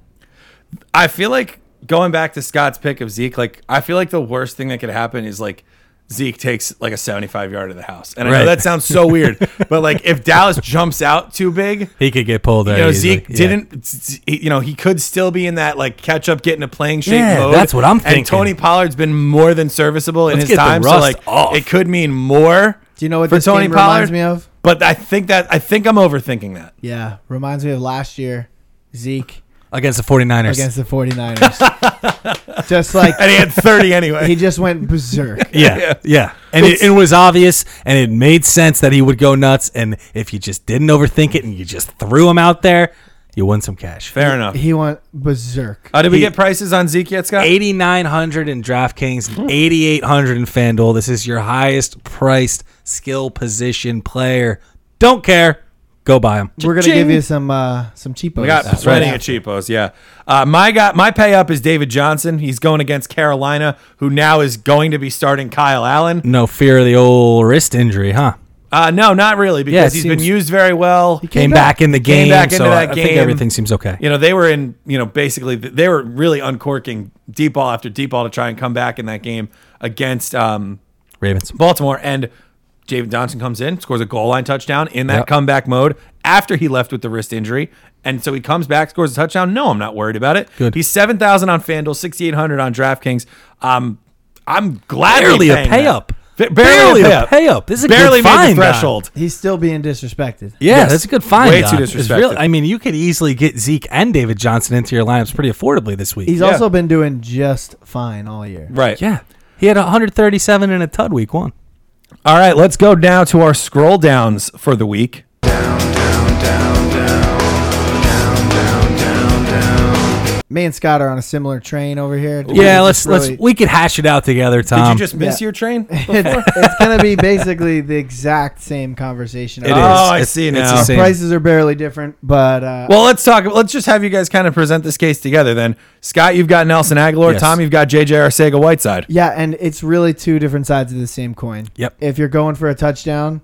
I feel like going back to Scott's pick of Zeke, like I feel like the worst thing that could happen is like Zeke takes like a 75 yard of the house. And I
Right.
know that sounds so weird, but like if Dallas jumps out too big,
He could get pulled there.
you know,
easily.
Zeke
Oh, Yeah.
didn't, z- z- you know, he could still be in that like catch up, get in a playing shape
Yeah,
mode.
that's what I'm thinking.
And Tony Pollard's been more than serviceable in
Let's
his
get the
time. So
rust
like
off.
it could mean more
Do you know what
for
this
Tony
game
Pollard.
reminds me of?
But I think that, I think I'm overthinking that.
Yeah, reminds me of last year, Zeke
against the 49ers.
against the 49ers. just like
And he had 30 anyway.
he just went berserk.
yeah, yeah, and it, it was obvious, and it made sense that he would go nuts. And if you just didn't overthink it and you just threw him out there, you won some cash.
Fair enough.
He went berserk.
Uh, did we
he-
get prices on Zeke yet, Scott?
Eighty nine hundred in DraftKings,
Hmm.
and eighty eight hundred in FanDuel. This is your highest priced skill position player. Don't care, go buy him.
We're gonna give you some uh, some cheapos.
We got
That's
plenty
right.
of cheapos. Yeah, uh, my guy, my pay up is David Johnson. He's going against Carolina, who now is going to be starting Kyle Allen.
No fear of the old wrist injury, huh?
Uh, no, not really, because
Yeah, it
he's been
seems-
used very well.
Came back in the game,
Came back
so
into that
I
game.
think everything seems okay.
You know, they were in. You know, basically, th- they were really uncorking deep ball after deep ball to try and come back in that game against um,
Ravens.
Baltimore. And David Johnson comes in, scores a goal line touchdown in that
Yep.
comeback mode after he left with the wrist injury. And so he comes back, scores a touchdown. No, I'm not worried about it.
Good.
He's 7,000 on FanDuel, 6,800 on DraftKings. Um, I'm glad
Barely a pay up. Barely a pay up. This is a good
barely made the
find, Don.
threshold.
He's still being disrespected.
Yeah,
Yes.
that's a good find.
Way
Doc.
too
It's
disrespected.
really- I mean, you could easily get Zeke and David Johnson into your lineups pretty affordably this week.
He's
Yeah.
also been doing just fine all year.
Right.
yeah, he had 137 in a tud week one.
All right, let's go now to our scroll downs for the week.
Me and Scott are on a similar train over here.
Yeah,
We're
let's
just
let's
really-
we could hash it out together,
Did
Tom.
you just miss
yeah.
your train?
it's, it's gonna be basically the exact same conversation. Uh,
It is.
Oh, I
It's-
see
it's
now.
the same.
Prices are barely different, but uh,
Well, let's talk. Let's just have you guys kind of present this case together. Then, Scott, you've got Nelson Aguilar.
Yes.
Tom, you've got JJ Arcega Whiteside.
yeah, and it's really two different sides of the same coin.
Yep.
If you're going for a touchdown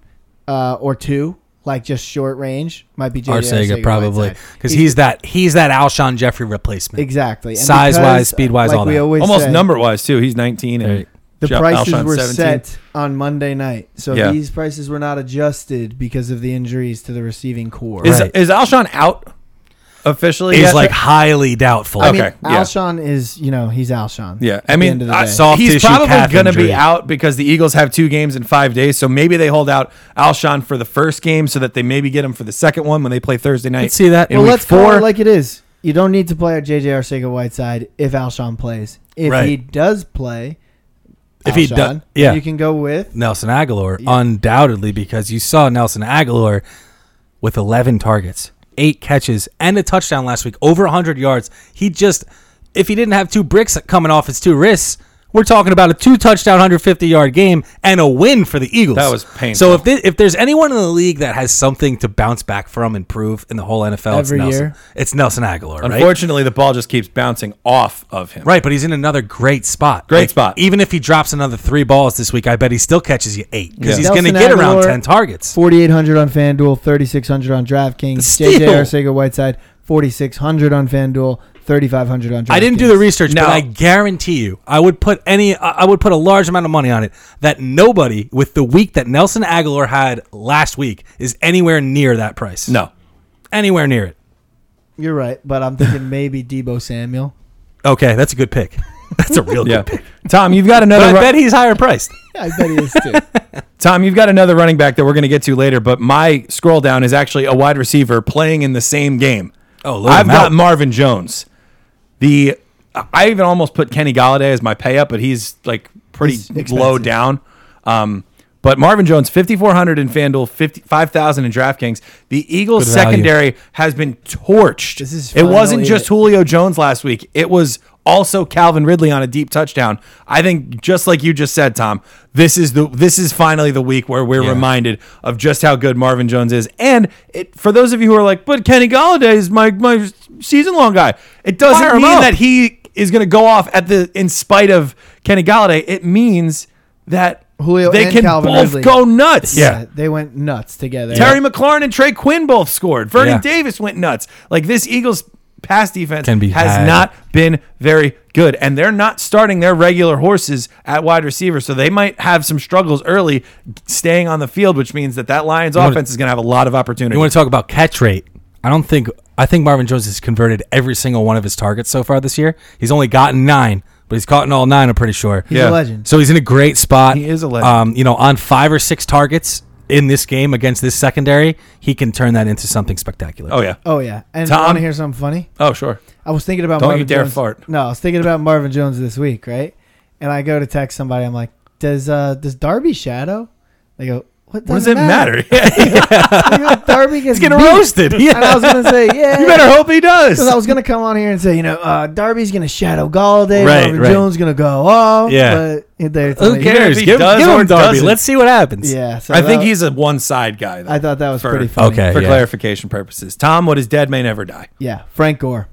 uh, or two, like just short range, might be JJ
Arcega
Arcega
probably
Whiteside.
because he's that he's that Alshon Jeffrey replacement.
exactly and
Size-wise,
because,
speed-wise,
like
all
we
that.
always
almost
say,
number wise too. He's 19 and
Right.
The
Jeff
prices
Alshon's
were
17.
set on Monday night, so
Yeah.
these prices were not adjusted because of the injuries to the receiving core.
Is
Right.
is Alshon out officially?
He's
yet?
like highly doubtful.
I
I mean,
Okay, yeah.
Alshon is you know he's Alshon.
yeah.
at
I
the
mean, uh,
end of the
I-
day.
Soft
he's
tissue
probably
calf
going to be
injury.
out because the Eagles have two games in five days. So maybe they hold out Alshon for the first game so that they maybe get him for the second one when they play Thursday night.
Let's see that.
in
well,
week
let's call
four.
it like it is. You don't need to play a JJ Arcega Whiteside if Alshon plays. If
Right.
he does play,
If he
Alshon,
do-
then
yeah.
you can go with
Nelson Aguilar, undoubtedly, because you saw Nelson Aguilar with 11 targets, eight catches, and a touchdown last week, over 100 yards. He just, if he didn't have two bricks coming off his two wrists, we're talking about a two touchdown, 150 yard game and a win for the Eagles.
That was painful.
So if thi- if there's anyone in the league that has something to bounce back from and prove in the whole NFL, it's
Every
Nelson.
year.
It's Nelson Aguilar, right?
Unfortunately, the ball just keeps bouncing off of him.
Right, but he's in another great spot.
Great spot.
Even if he drops another three balls this week, I bet he still catches you eight because
Yeah.
he's going to
Nelson
get around
Aguilar,
ten targets.
4,800 on FanDuel, 3,600 on DraftKings.
Steal.
JJ Arcega Whiteside, 4,600 on FanDuel, 3,500 on DraftKings.
I didn't do the research,
No.
but I guarantee you, I would put any, I I would put a large amount of money on it that nobody with the week that Nelson Aguilar had last week is anywhere near that price.
No.
anywhere near it.
You're right, but I'm thinking maybe Debo Samuel.
Okay, that's a good pick. That's a real
Yeah.
good pick.
Tom, you've got
But
another.
I
ru-
bet he's higher priced.
I bet he is too.
Tom, you've got another running back that we're going to get to later, but my scroll down is actually a wide receiver playing in the same game.
Oh, load
I've
him
got
out.
Marvin Jones. The I even almost put Kenny Galladay as my pay up, but he's like pretty
He's expensive.
low down. Um, but Marvin Jones, 5,400 in FanDuel, 50 5,000 in DraftKings. The Eagles
Good value.
secondary has been torched.
This is
it wasn't
finally
just
it.
Julio Jones last week. It was also Calvin Ridley on a deep touchdown. I think just like you just said, Tom, this is the this is finally the week where we're
Yeah.
reminded of just how good Marvin Jones is. And it, for those of you who are like, but Kenny Galladay is my my season long guy. It doesn't
Fire him
mean
up.
that he is going to go off at the in spite of Kenny Galladay. It means that
Julio
they
and
can
Calvin
both
Ridley.
go nuts.
They went nuts together.
Terry McLaurin and Trey Quinn both scored. Vernon
Yeah.
Davis went nuts. Like this Eagles pass defense
Can be
has
had.
not been very good. And they're not starting their regular horses at wide receiver. So they might have some struggles early staying on the field, which means that that Lions
wanna-
offense is going to have a lot of opportunity.
You want to talk about catch rate? I don't think I think Marvin Jones has converted every single one of his targets so far this year. He's only gotten nine, but he's caught in all nine. I'm pretty sure.
He's
Yeah.
a legend.
So he's in a great spot.
He is a legend.
Um, you know, on five or six targets in this game against this secondary, he can turn that into something spectacular.
oh, yeah.
Oh yeah. And
Tom-
want to hear something funny?
Oh, sure.
I was thinking about
Don't you
Marvin
dare
Jones.
fart.
No, I was thinking about Marvin Jones this week, right? And I go to text somebody. I'm like, "Does uh does Darby shadow?" They go,
What
"What,
does it matter?
I go, Darby gets
He's getting
beat."
roasted.
And I
Yeah.
was gonna say, "Yeah."
you better hope he does.
Because I was gonna come on here and say, you know, uh, Darby's gonna shadow Galladay,
Right,
Marvin
right.
Jones gonna go off.
Yeah.
but they're
Who
telling you-
cares
cares?
if he
Give,
does
give
or
him Darby.
doesn't?
Let's see what happens.
Yeah, so
I think
that-
he's a one side guy. Though,
I thought that was
for-
pretty funny.
Okay.
for
Uh, yeah.
clarification purposes. Tom, what is dead may never die.
Yeah, Frank Gore.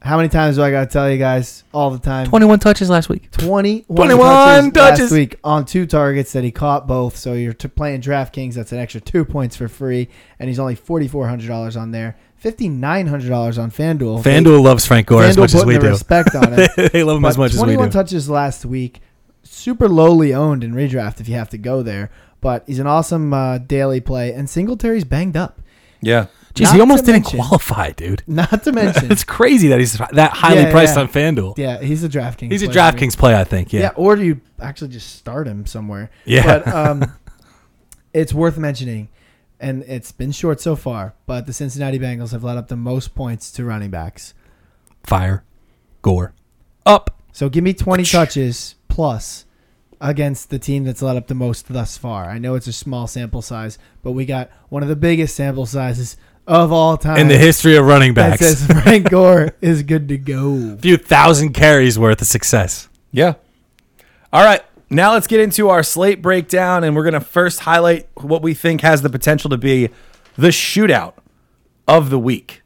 How many times do I gotta tell you guys all the time?
21 touches last week.
21,
21
touches,
touches.
last week on two targets that he caught both. So you're t- playing DraftKings. That's an extra two points for free, and he's only forty four hundred dollars on there, fifty nine hundred dollars on FanDuel.
FanDuel loves Frank Gore as
FanDuel
much as
putting
we
the
do.
respect on him.
They- they love him as
But
much as we
21
do.
touches last week. Super lowly owned in redraft if you have to go there. But he's an awesome uh, daily play. And Singletary's banged up.
Yeah.
Jeez,
Not
he
to
almost didn't
mention-
qualify, dude.
Not to mention,
It's crazy that he's that highly
Yeah,
priced
yeah.
on FanDuel.
yeah, he's a DraftKings.
He's a
play for me.
DraftKings play, I think.
Yeah.
Yeah.
or do you actually just start him somewhere?
Yeah.
But um, it's worth mentioning, and it's been short so far, but the Cincinnati Bengals have let up the most points to running backs.
Fire, Gore, up.
So give me 20 touches plus against the team that's let up the most thus far. I know it's a small sample size, but we got one of the biggest sample sizes of all time.
In the history of running
that
backs,
says Frank Gore is good to
a
go.
few thousand carries worth of success.
Yeah. All right. Now let's get into our slate breakdown, and we're going to first highlight what we think has the potential to be the shootout of the week.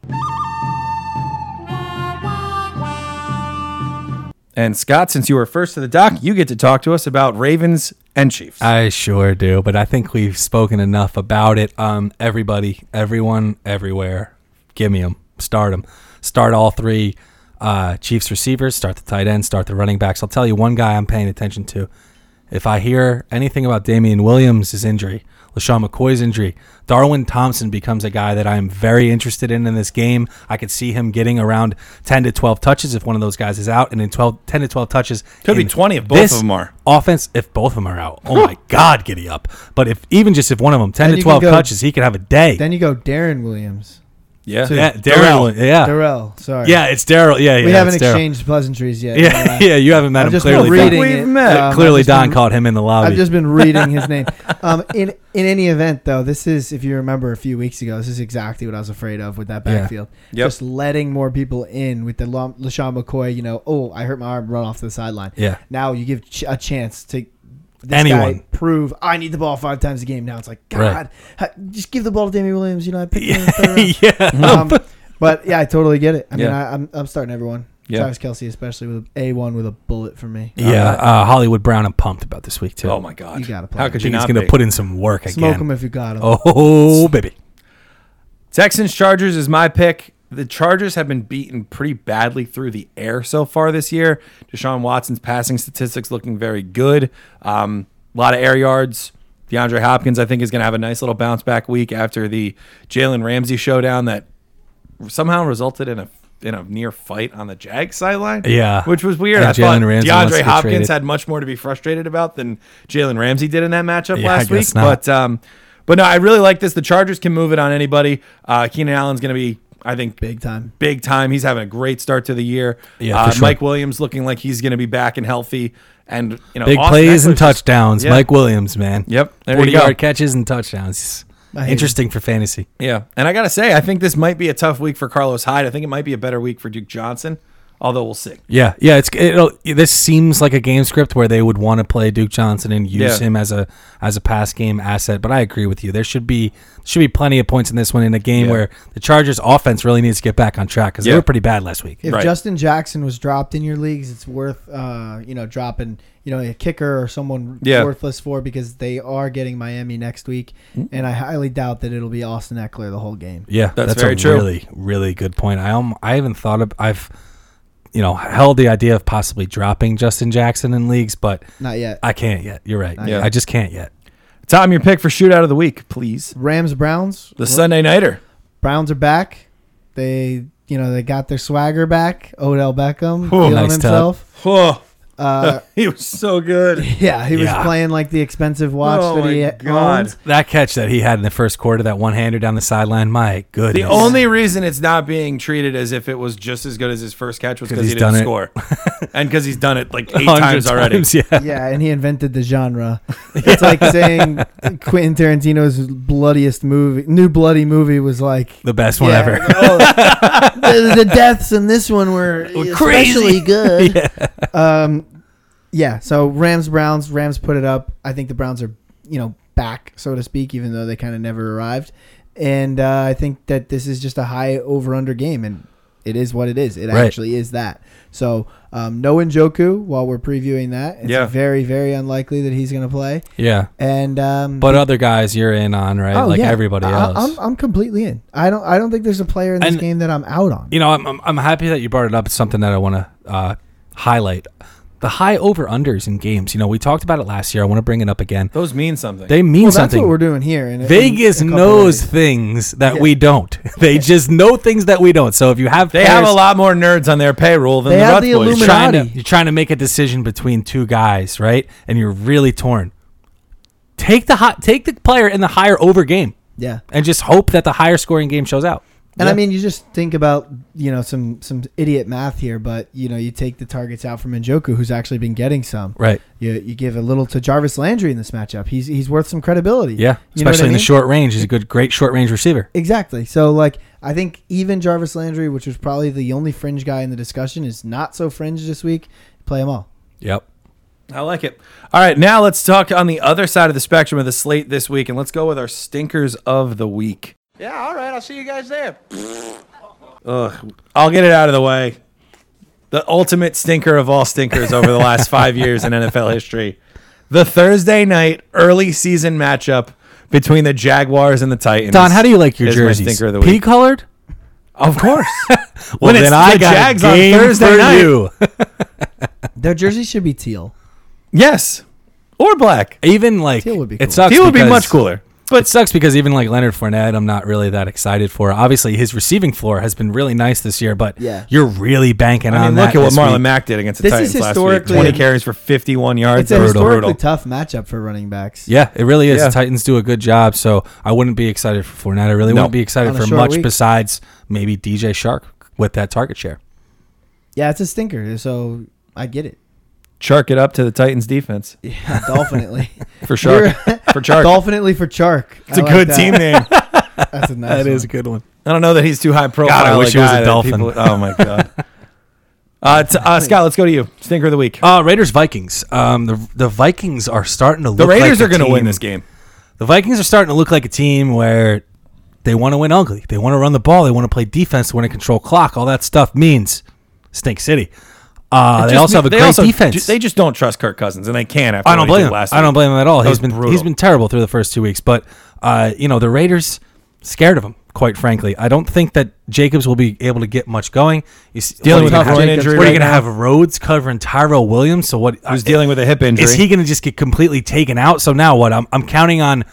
And Scott, since you were first to the dock, you get to talk to us about Ravens and Chiefs.
I sure do, but I think we've spoken enough about it. Um, everybody, everyone, everywhere, give me them. Start them. Start all three uh, Chiefs receivers. Start the tight end. Start the running backs. I'll tell you one guy I'm paying attention to. If I hear anything about Damian Williams' injury, LaShawn McCoy's injury, Darwin Thompson becomes a guy that I'm very interested in in this game. I could see him getting around 10 to 12 touches if one of those guys is out, and in 12, 10 to 12 touches.
Could be
in
20 if both
this
of them are.
offense if both of them are out. Oh my God, giddy up! But if even just if one of them, ten to
Then you
twelve
can go-
touches, he could have a day.
Then you go Darren Williams.
yeah.
Uh, yeah,
Darrell.
Daryl. Yeah,
Darrell, sorry.
yeah, it's Daryl. Yeah, yeah,
We haven't
it's Daryl.
exchanged pleasantries yet. uh,
Yeah, yeah, you haven't met
I'm
him.
just
Clearly, Don,
reading
We've
it.
met.
Um,
clearly
I've just
Don
been-
caught him in the lobby.
I've just been reading his name. Um, in in any event, though, this is if you remember a few weeks ago, this is exactly what I was afraid of with that
Yeah.
backfield.
Yep.
Just letting more people in with the Lam- Lashawn McCoy. You know, oh, I hurt my arm, run off to the sideline.
Yeah.
Now you give ch- a chance to this
Anyone.
guy prove I need the ball five times a game. Now it's like God,
Right.
ha- just give the ball to Damian Williams. You know, I picked him. in the third round.
yeah,
Um, but yeah, I totally get it. I mean,
Yeah.
I, I'm I'm starting everyone.
Yeah.
Travis Kelsey, especially with a one with a bullet for me.
yeah. Uh, Hollywood Brown, I'm pumped about this week too.
Oh, my God.
You gotta play
How
him.
could
I
you
think he's
not
going to
be?
put in some work
Smoke
again.
Oh.
him if you got him.
Oh baby,
Texans Chargers is my pick. the Chargers have been beaten pretty badly through the air so far this year. Deshaun Watson's passing statistics looking very good. Um, a lot of air yards. DeAndre Hopkins, I think, is going to have a nice little bounce back week after the Jalen Ramsey showdown that somehow resulted in a in a near fight on the Jag sideline.
Yeah.
which was weird.
And
I thought
Jalen Ramsey wants
DeAndre
to be
Hopkins
traded.
had much more to be frustrated about than Jalen Ramsey did in that matchup
Yeah, I
last
guess
week.
not.
But um, but no, I really like this. The Chargers can move it on anybody. Uh, Keenan Allen's going to be, I think,
Big time.
big time. He's having a great start to the year.
Yeah,
uh,
for sure.
Mike Williams looking like he's going to be back and healthy. And you know,
Big
Austin
plays and
Eckler's just-
touchdowns.
Yeah.
Mike Williams, man.
Yep, there you
40
go.
yard catches and touchdowns.
I hate
Interesting for fantasy.
Yeah, and I gotta say, I think this might be a tough week for Carlos Hyde. I think it might be a better week for Duke Johnson. Although we'll see.
Yeah, yeah. It's it'll, this seems like a game script where they would want to play Duke Johnson and use
Yeah.
him as a as a pass game asset. But I agree with you. There should be should be plenty of points in this one in a game
Yeah.
where the Chargers offense really needs to get back on track because
Yeah.
they were pretty bad last week.
If
Right.
Justin Jackson was dropped in your leagues, it's worth uh, you know dropping you know a kicker or someone
Yeah.
worthless for because they are getting Miami next week,
Hmm.
and I highly doubt that it'll be Austin Eckler the whole game.
Yeah,
That's very true.
Really, really good point. I um, I haven't thought of I've you know held the idea of possibly dropping Justin Jackson in leagues, but
Not yet.
I can't yet. You're right.
yet.
I just can't yet.
Tom, your pick for shootout of the week, please.
Rams Browns.
The Sunday nighter.
Browns are back. They you know they got their swagger back. Odell Beckham
Whew.
feeling
Nice tub.
himself.
Oh,
Uh,
he was so good.
yeah, he
Yeah.
was playing like the expensive watch
Oh
that he
my God.
owned.
That catch that he had in the first quarter, that one hander down the sideline, my goodness.
The only reason it's not being treated as if it was just as good as his first catch was
'Cause
because he
he's
didn't
done it.
score, and because he's done it like eight
100
times already.
times, yeah.
yeah, and he invented the genre. It's like saying Quentin Tarantino's bloodiest movie, new bloody movie, was like
The best one
yeah,
ever.
oh, the, the deaths in this one were, especially good. Um, yeah. So Rams Browns Rams put it up. I think the Browns are you know back so to speak, even though they kind of never arrived. And uh, I think that this is just a high over under game, and it is what it is. It
Right.
actually is that. So um, no Njoku while we're previewing that. It's
Yeah.
very very unlikely that he's going to play.
Yeah.
And um,
But other guys you're in on, right? like everybody
Oh, I-
else.
I'm, I'm completely in. I don't I don't think there's a player in this
And-
game that I'm out on.
you know, I'm, I'm, I'm happy that you brought it up. It's something that I want to uh, highlight. The high over unders in games. You know, we talked about it last year. I want to bring it up again.
Those mean something.
They mean
well, that's
something.
what we're doing here. In, in
Vegas
a couple
knows
ways.
things that
Yeah.
we don't. They just know things that we don't. So if you have
They have a
players-
lot more nerds on their payroll than
They
the
have
Rutt
the
boys.
Illuminati.
trying to, you're trying to make a decision between two guys, right? And you're really torn. Take the hot, take the player in the higher over game,
Yeah,
and just hope that the higher scoring game shows out.
and I
Yeah.
mean, you just think about you know some some idiot math here, but you know you take the targets out from Njoku, who's actually been getting some.
right?
You, you give a little to Jarvis Landry in this matchup. He's he's worth some credibility.
Yeah,
You know what
especially
I
in the
mean?
short range, he's a good, great short range receiver.
Exactly. So like I think even Jarvis Landry, which was probably the only fringe guy in the discussion, is not so fringe this week. Play them all.
Yep.
I like it. All right, now let's talk on the other side of the spectrum of the slate this week, and let's go with our stinkers of the week.
Yeah, all right. I'll see you guys there.
I'll get it out of the way. The ultimate stinker of all stinkers over the last five years in NFL history. The Thursday night early season matchup between the Jaguars and the Titans.
Don, how do you like your
is my
jerseys?
stinker of the
Pea
week.
colored?
Of course.
Well,
When it's
then I
the
got
Jags
a
on
game
Thursday
for
night.
you.
Their jersey should be teal.
yes. Or black.
even like
Teal would be cool.
it sucks.
He would be
because-
much cooler.
But it sucks because even like Leonard Fournette, I'm not really that excited for. Obviously, his receiving floor has been really nice this year, but
Yeah.
you're really banking
I
on
mean,
that.
look at what
this
Marlon
week.
Mack did against the
This
Titans
is
last week.
historically-
20 carries for 51 yards.
It's a
Brutal.
historically
Brutal.
tough matchup for running backs.
Yeah, it really is.
Yeah.
The Titans do a good job, so I wouldn't be excited for Fournette. I really
No.
wouldn't be excited
On a
for
short
much
week.
besides maybe DJ Shark with that target share.
Yeah, it's a stinker. So I get it.
Chalk it up to the Titans defense.
Yeah, definitely.
For Shark.
You're-
for Shark.
Dolphinitely for Chark.
It's a good team name.
That's a nice one.
good one.
I don't know that he's too high profile.
God, I wish
a
he was a
guy that
dolphin.
people- oh my god. Uh, t- uh, Scott, let's go to you. Stinker of the week.
Uh, Raiders Vikings. Um, the the Vikings are starting to.
the
look like
Raiders
the
are going to win
team-
this game.
The Vikings are starting to look like a team where they want to win ugly. They want to run the ball. They want to play defense. They want to control clock. All that stuff means Stink City. Uh,
It
they
just
also have
mean-
a
they
great
also-
defense.
ju- They just don't trust Kirk Cousins, and they can't. After
I don't
what he
blame
did
him.
Last
I don't
week.
blame him at all.
That
He's
was
been
brutal.
he's been terrible through the first two weeks, but uh, you know the Raiders scared of him. Quite frankly, I don't think that Jacobs will be able to get much going. He's
dealing with a groin
Jacobs-
injury
What are you
right
going to
now.
have Rhodes covering Tyrell Williams? So what?
Who's
uh,
dealing with a hip injury?
Is he going to just get completely taken out? So now what? I'm, I'm counting on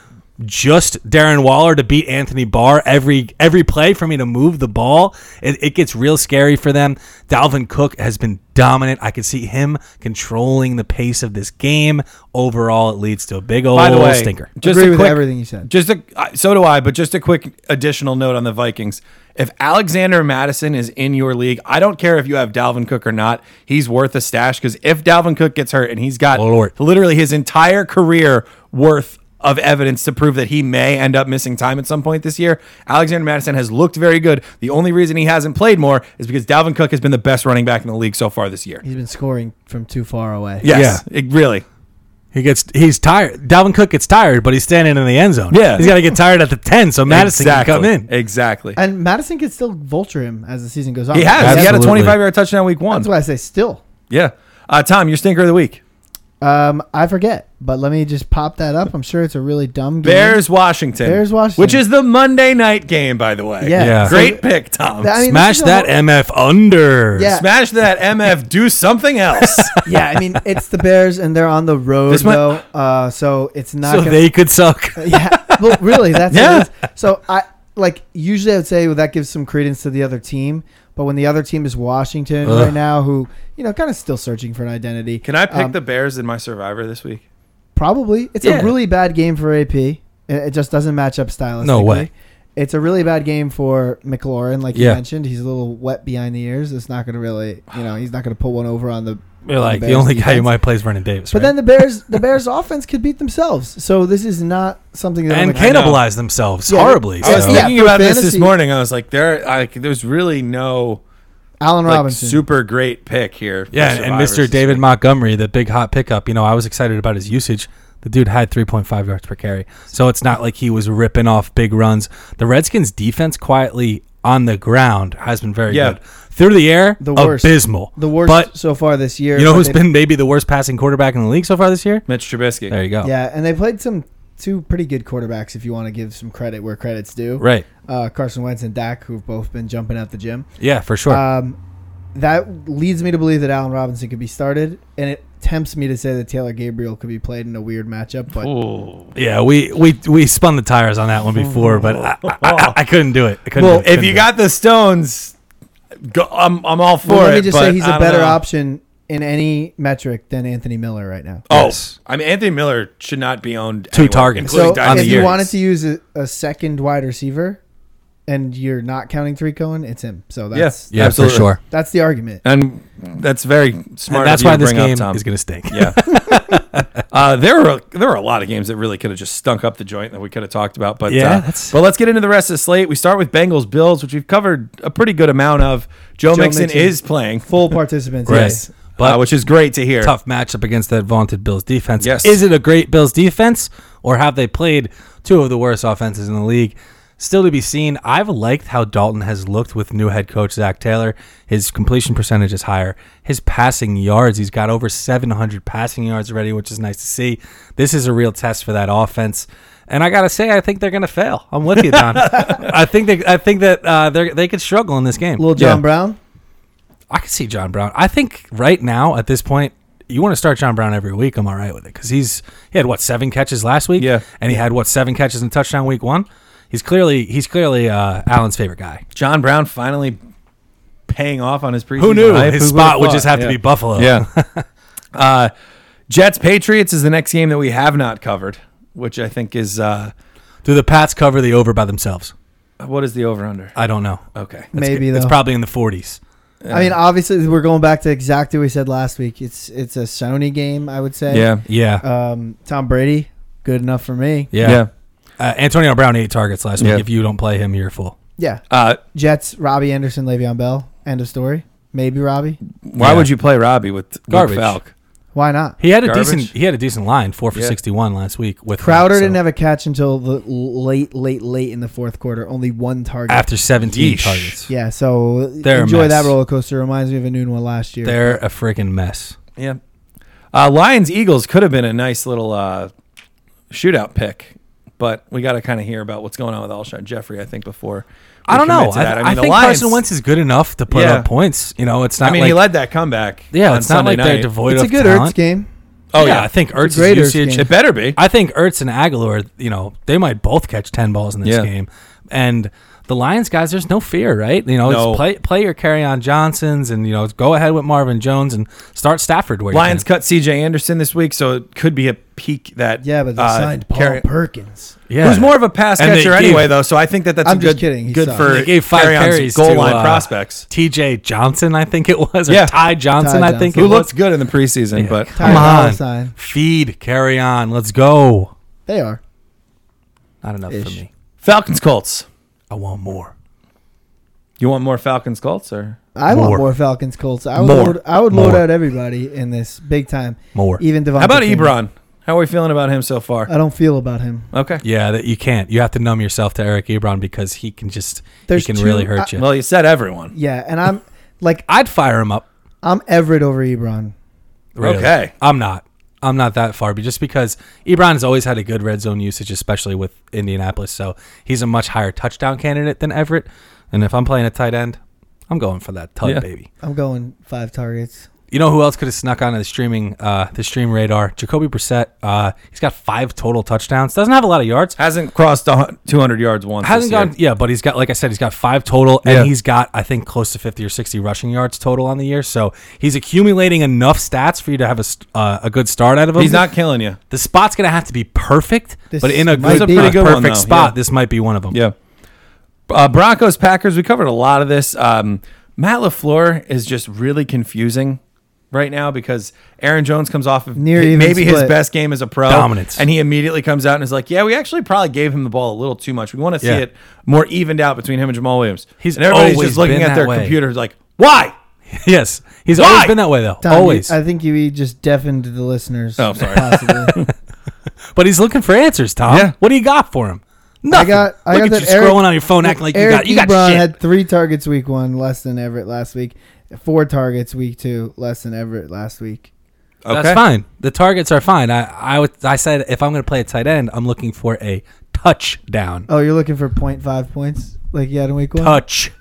just Darren Waller to beat Anthony Barr every every play for me to move the ball. It, it gets real scary for them. Dalvin Cook has been dominant. I could see him controlling the pace of this game. Overall, it leads to a big old
By the way,
stinker.
Just
Agree
a
with
quick,
everything you said.
Just a, I- so do I, but just a quick additional note on the Vikings. If Alexander Madison is in your league, I don't care if you have Dalvin Cook or not. He's worth a stash because if Dalvin Cook gets hurt and he's got
Lord.
literally his entire career worth of evidence to prove that he may end up missing time at some point this year, Alexander Madison has looked very good. The only reason he hasn't played more is because Dalvin Cook has been the best running back in the league so far this year.
He's been scoring from too far away.
Yes, it really.
He gets he's tired. Dalvin Cook gets tired, but he's standing in the end zone.
Yeah.
he's got to get tired at the ten. So Madison
exactly.
can come in.
Exactly.
And Madison could still vulture him as the season goes on.
He has. He had a
Absolutely.
25 yard touchdown week one.
That's why I say still.
Yeah. Uh, Tom, your stinker of the week.
Um, I forget, but let me just pop that up. I'm sure it's a really dumb game.
Mm-hmm. Bears Washington.
Bears, Washington.
Which is the Monday night game, by the way.
Yeah.
Yeah.
Great pick, Tom.
I mean,
Smash
this is a
that
whole-
MF under.
Yeah.
Smash that MF. Do something else.
yeah, I mean it's the Bears and they're on the road
This might-
though, uh, so it's not.
so
gonna,
they could suck.
yeah, well, really, that's
Yeah.
yeah. So I like usually I would say well, that gives some credence to the other team, but when the other team is Washington
Ugh.
right now, who you know kind of still searching for an identity.
Can I pick
um,
the Bears in my survivor this week?
Probably. It's
Yeah.
a really bad game for AP. It, it just doesn't match up stylistically.
No way.
It's a really bad game for McLaurin, like
Yeah.
you mentioned. He's a little wet behind the ears. It's not going to really, you know, he's not going to pull one over on the.
You're like the
Bears
only guy who
defense.
might play is Vernon Davis.
But
right?
then the Bears, the Bears offense could beat themselves. So this is not something that.
and
I'm like,
cannibalize themselves
Yeah,
horribly.
I
I was
was
so-
yeah,
thinking
for
about this this
fantasy-
morning. I was like, there, like, there's really no
Allen
like,
Robinson.
super great pick here. for
yeah, and
survivors
Mr.
this
David
week.
Montgomery, the big hot pickup. You know, I was excited about his usage. The dude had 3.5 yards per carry, so it's not like he was ripping off big runs. The Redskins' defense quietly on the ground has been very
Yeah.
good. Through the air,
The worst.
abysmal.
the worst
But
so far this year.
you know
but
who's
they-
been maybe the worst passing quarterback in the league so far this year?
Mitch Trubisky.
There you go.
Yeah, and they played some two pretty good quarterbacks. If you want to give some credit where credits due,
Right.
Uh, Carson Wentz and Dak, who've both been jumping out the gym.
Yeah, for sure.
Um, that leads me to believe that Allen Robinson could be started, and it tempts me to say that Taylor Gabriel could be played in a weird matchup. But
yeah, we, we we spun the tires on that one before, but I, I, I, I couldn't do it. I couldn't
Well,
do
if
it. Couldn't
you
do it.
got the Stones, go, I'm, I'm all for
Well,
it.
let me just say
but
he's
I
a
don't
better
know.
option in any metric than Anthony Miller right now.
Oh,
Yes.
I mean, Anthony Miller should not be owned.
Two
anywhere,
targets.
including
So
Dynasty
on the
if you
years.
year.
wanted to use a, a second wide receiver, and you're not counting three Cohen, it's him. So that's
yeah,
absolutely.
for sure.
that's the argument.
and that's very smart.
And that's
of you
why
to
this
bring up,
game
Tom.
is going to stink.
Yeah, uh, there were there were a lot of games that really could have just stunk up the joint that we could have talked about, but
Yeah,
uh,
that's-
but let's get into the rest of the slate. We start with Bengals Bills, which we've covered a pretty good amount of. Joe,
Joe
Mixon,
Mixon.
is playing,
Full participants.
Right.
Yes.
But
uh, which is great to hear.
tough matchup against that vaunted Bills defense.
Yes.
Is it a great Bills defense or have they played two of the worst offenses in the league? Still to be seen. I've liked how Dalton has looked with new head coach Zach Taylor. His completion percentage is higher. His passing yards, he's got over 700 passing yards already, which is nice to see. This is a real test for that offense. And I gotta say, I think they're gonna fail. I'm with you, Don. I think they, I think that uh, they they could struggle in this game.
Little John
Yeah.
Brown.
I could see John Brown. I think right now at this point, you want to start John Brown every week. I'm all right with it because he's he had what seven catches last week,
Yeah.
and he had what seven catches and touchdown week one. He's clearly he's clearly uh, Allen's favorite guy.
John Brown finally paying off on his preseason.
Who knew
hype?
his
Who
spot
would've
would just
thought?
have to
Yeah.
be Buffalo?
Yeah. uh, Jets Patriots is the next game that we have not covered, which I think is uh,
Do the Pats cover the over by themselves?
what is the over under?
I don't know.
Okay.
It's-
Maybe,
it's
though.
probably in the 40s.
I mean, obviously, we're going back to exactly what we said last week. It's it's a Sony game, I would say.
Yeah.
Yeah,
Um, Tom Brady, good enough for me.
yeah. Uh, Antonio Brown eight targets last
Yeah.
week. If you don't play him, you're a fool.
Yeah.
Uh,
Jets, Robbie Anderson, Le'Veon Bell. End of story. Maybe Robbie.
why
Yeah.
would you play Robbie with Luke
Garbage.
Falk?
Why not?
He had a
Garbage.
decent he had a decent line four for
Yeah.
61 last week with
Crowder
so-
didn't have a catch until the l- late, late, late in the fourth quarter. Only one target.
after 17
Yeesh.
targets.
Yeah, so
They're a
enjoy
mess.
that roller coaster. Reminds me of a noon one last year.
They're a freaking mess.
Yeah. Uh, Lions Eagles could have been a nice little uh, shootout pick, But we got to kind of hear about what's going on with Alshon Jeffrey, I think, before. we
I don't know.
commit to
I,
that.
I
mean, the
think
Lions-
Carson Wentz is good enough to put
Yeah.
up points. You know, it's not.
I mean,
like,
he led that comeback.
Yeah,
on
it's not
Sunday
like they're
night.
devoid
it's a
of
good
talent.
Ertz game.
Oh
yeah,
yeah,
I think Ertz's
great Ertz
usage.
game.
it better be.
I think Ertz and Aguilar, you know, they might both catch ten balls in this
Yeah.
game. And the Lions guys, there's no fear, right? You know,
No.
it's play play your carry on Johnsons, and you know, go ahead with Marvin Jones and start Stafford where
Lions
You
cut C.J. Anderson this week, so it could be a peak that.
Yeah, but they
uh,
signed Paul
Carry-
Perkins.
can. Yeah,
Who's more of a pass
And they
catcher
gave-
anyway, though? So I think that that's
I'm
a
just
good,
kidding, he
good
sucked.
for
They
gave five
Carry-on's
carries
goal
to,
line
uh,
prospects.
T.J. Johnson, I think it was, or
Yeah.
Ty Johnson,
Ty
I think
Johnson.
Who
it was.
looked good in the preseason, but
Come on,
Johnson.
feed, carry on, let's go.
They are.
Not enough
Ish.
for me.
Falcons Colts.
I want more.
You want more Falcons Colts or
I
More.
want more Falcons Colts. I would
More.
load, I would load
More.
out everybody in this big time.
More.
Even Devontae.
how about
Freeman.
Ebron? How are we feeling about him so far?
Uh,
I don't feel about him.
Okay.
Yeah, that you can't. You have to numb yourself to Eric Ebron because he can just
There's
he can
two-
really hurt
I-
you.
Well, you said everyone.
Yeah, and I'm like
I'd fire him up.
I'm Everett over Ebron.
really.
Okay.
I'm not. I'm not that far, but just because Ebron has always had a good red zone usage, especially with Indianapolis, so he's a much higher touchdown candidate than Everett. And if I'm playing a tight end, I'm going for that tug,
Yeah.
baby.
I'm going five targets.
You know who else could have snuck onto the streaming, uh, the stream radar? Jacoby Brissett. Uh, he's got five total touchdowns. Doesn't have a lot of yards.
Hasn't crossed a hun- 200 yards once.
Hasn't
this year.
gone, yeah, but he's got, like I said, he's got five total, and
Yeah.
he's got, I think, close to 50 or 60 rushing yards total on the year. So he's accumulating enough stats for you to have a, st- uh, a good start out of him.
He's not killing you.
The spot's going to have to be perfect,
This
but in a
might
good,
be-
a
Pretty
good one,
perfect
though,
spot,
yeah.
this might be one of them.
Yeah. Uh, Broncos, Packers. We covered a lot of this. Um, Matt Lafleur is just really confusing right now because Aaron Jones comes off of
Near even
maybe his
split.
best game as a pro
Dominance.
and he immediately comes out and is like, "Yeah, we actually probably gave him the ball a little too much. We want to see
Yeah.
it more evened out between him and Jamal Williams."
He's
and everybody's
always
just looking
been
at
that
their
way.
computers like, "Why?"
Yes. He's
Why?
always been that way, though.
Tom, you-
always.
I think you just deafened the listeners.
Oh, sorry.
Possibly.
but he's looking for answers, Tom.
Yeah.
What do you got for him? Nothing.
I got. I
Look
got
at
that
you
Eric-
scrolling on your phone acting like you
Eric
got, you got
Ebron
shit.
had three targets week one, less than Everett last week. Four targets week two, less than Everett last week.
That's fine. The targets are fine. I I, would, I said if I'm going to play a tight end, I'm looking for a touchdown.
Oh, you're looking for 0.5 points like you had in week one.
Touch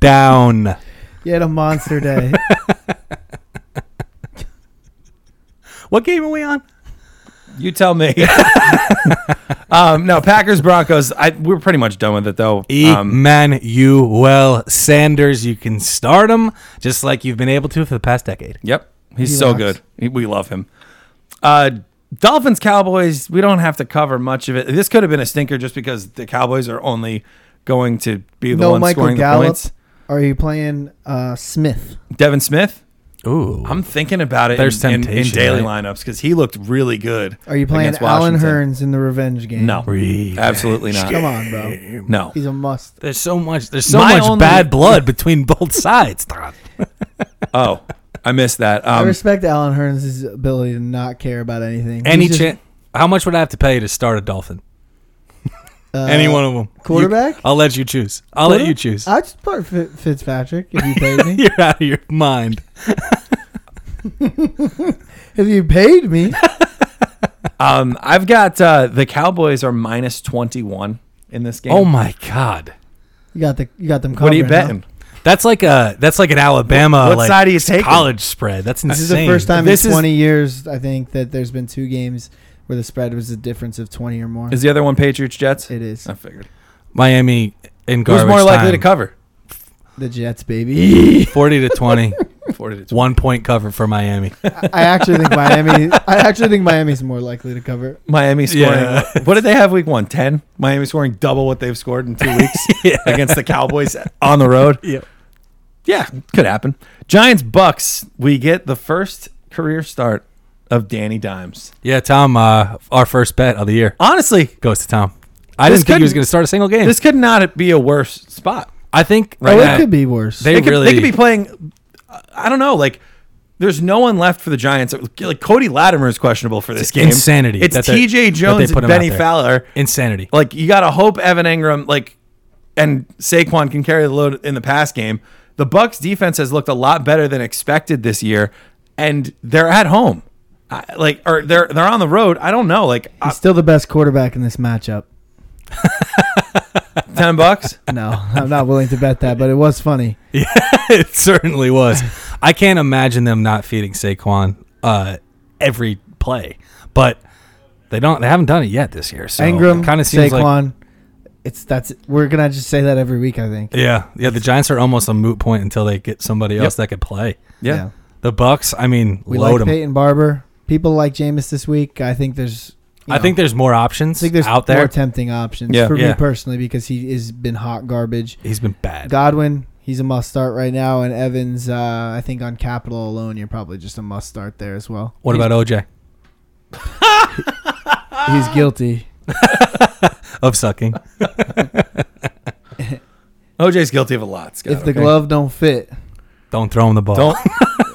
down.
You had a monster day.
What game are we on?
You tell me. um, no, Packers, Broncos. I, we're pretty much done with it though.
E-
Um,
Emmanuel Sanders. You can start him just like you've been able to for the past decade.
Yep. He's
He
so
rocks.
good. He- We love him. Uh, Dolphins, Cowboys, we don't have to cover much of it. This could have been a stinker just because the Cowboys are only going to be the
no
ones
Michael
scoring the
Gallup.
points.
Are you playing uh, Smith?
Devin Smith,
Ooh.
I'm thinking about it
There's
in, in, in
temptation,
daily
right?
lineups because he looked really good.
Are you playing
against
Alan
Washington.
Hearns in the revenge game?
No.
Revenge
Absolutely not.
Come on, bro.
No.
He's a must.
There's so much. There's so
My
much
only-
bad blood between both sides.
Oh, I missed that.
I
Um,
respect Alan Hearns' ability to not care about anything.
Any
He's just,
chance? How much would I have to pay to start a dolphin?
uh,
Any one of them.
quarterback?
I'll let you choose. I'll let you choose.
I just part Fit- Fitzpatrick if you paid me.
You're out of your mind.
If you paid me,
um, I've got uh, the Cowboys are minus 21 in this game.
Oh my god.
you got the you got them. Covered,
what are you
huh?
betting?
That's like a that's like an Alabama
What
like,
side are you taking?
college spread. That's insane.
This is the first time
This
in
is-
20 years I think that there's been two games where the spread was a difference of 20 or more.
Is Oh. the other one Patriots, Jets?
it is
I figured.
Miami in
Who's
garbage
more likely to
time,
cover?
the Jets, baby.
Forty to twenty.
40 to 20.
One point cover for Miami.
I actually think Miami. I actually think Miami's more likely to cover.
Miami scoring.
Yeah.
What, did they have week one? Ten. Miami scoring double what they've scored in two weeks against the Cowboys on the road.
Yeah.
Yeah, could happen. Giants Bucks. We get the first career start of Danny Dimes.
Yeah, Tom, uh, our first bet of the year
Honestly,
goes to Tom. I
This
didn't think he was
couldn't-
going to start a single game.
this could not be a worse spot.
I think
Oh,
right now,
it could be worse.
They
They could,
really
they could be playing. I don't know. Like, there's no one left for the Giants. Like Cody Latimer is questionable for this game.
insanity
It's
that they- that they
T.J. Jones
put
and
him out
Benny
there.
Fowler.
insanity.
Like you got to hope Evan Ingram like and Saquon can carry the load in the pass game. The Bucks defense has looked a lot better than expected this year and they're at home. I, like, or they're they're on the road. I don't know. Like uh, I,
He's still the best quarterback in this matchup.
ten bucks.
No, I'm not willing to bet that, but it was funny.
it certainly was. I can't imagine them not feeding Saquon uh, every play, but they don't. They haven't done it yet this year. So
Ingram,
kind of seems like
Saquon. it's that's we're gonna just say that every week. I think.
yeah, yeah. The Giants are almost a moot point until they get somebody else that could play.
Yeah.
The Bucks. I mean,
we
load
like
them.
Peyton Barber. People like Jameis this week. I think there's. you
I
know,
think there's more options
I think there's
out there.
more tempting options
Yeah.
for
Yeah.
me personally because he has been hot garbage.
He's been bad.
Godwin, he's a must start right now, and Evans, uh, I think on capital alone, you're probably just a must start there as well.
What about OJ
He's guilty.
of sucking?
OJ's guilty of a lot. Scott,
If the
okay?
glove don't fit,
Don't throw him the ball.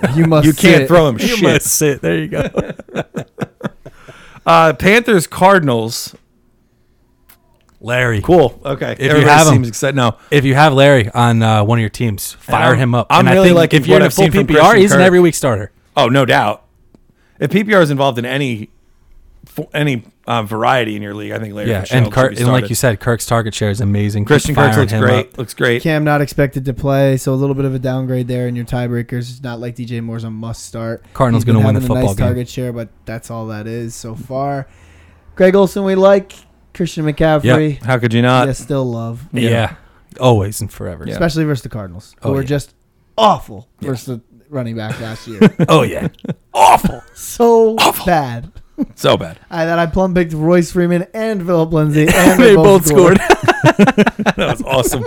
don't
you must.
you can't
sit.
throw him
You
shit.
must sit. There you go.
Uh, Panthers Cardinals.
Larry.
Cool. Okay. If
you have 'em.
seems excited. No.
If you have Larry on uh, one of your teams, fire
I'm-
him up.
I'm
I
really
think
liking
if you're
what
in a
I've
full
seen from
PPR,
Christian
he's an
Kirk.
every week starter.
Oh, no doubt. If PPR is involved in any fo- any uh, variety in your league, I think Larry
Yeah,
Fitzgerald
and Kirk,
should be
and like
started.
you said, Kirk's target share is amazing. Keep
Christian Kirk
firing
looks
him
great.
up.
Looks great.
Cam not expected to play, so a little bit of a downgrade there in your tiebreakers. It's not like DJ Moore's a must start.
Cardinals
He's been
gonna win the
having a
football
nice
game.
target share, but that's all that is so far. Greg Olson, we like Christian McCaffrey.
How could you not?
Yeah, still love,
Uh, Yeah. always and forever.
Yeah.
especially versus the Cardinals,
Oh,
who were
yeah.
just awful versus the running back last year.
oh yeah, awful.
so bad.
So bad.
I that I plumb picked Royce Freeman and Philip Lindsay, and
they both scored.
That was awesome.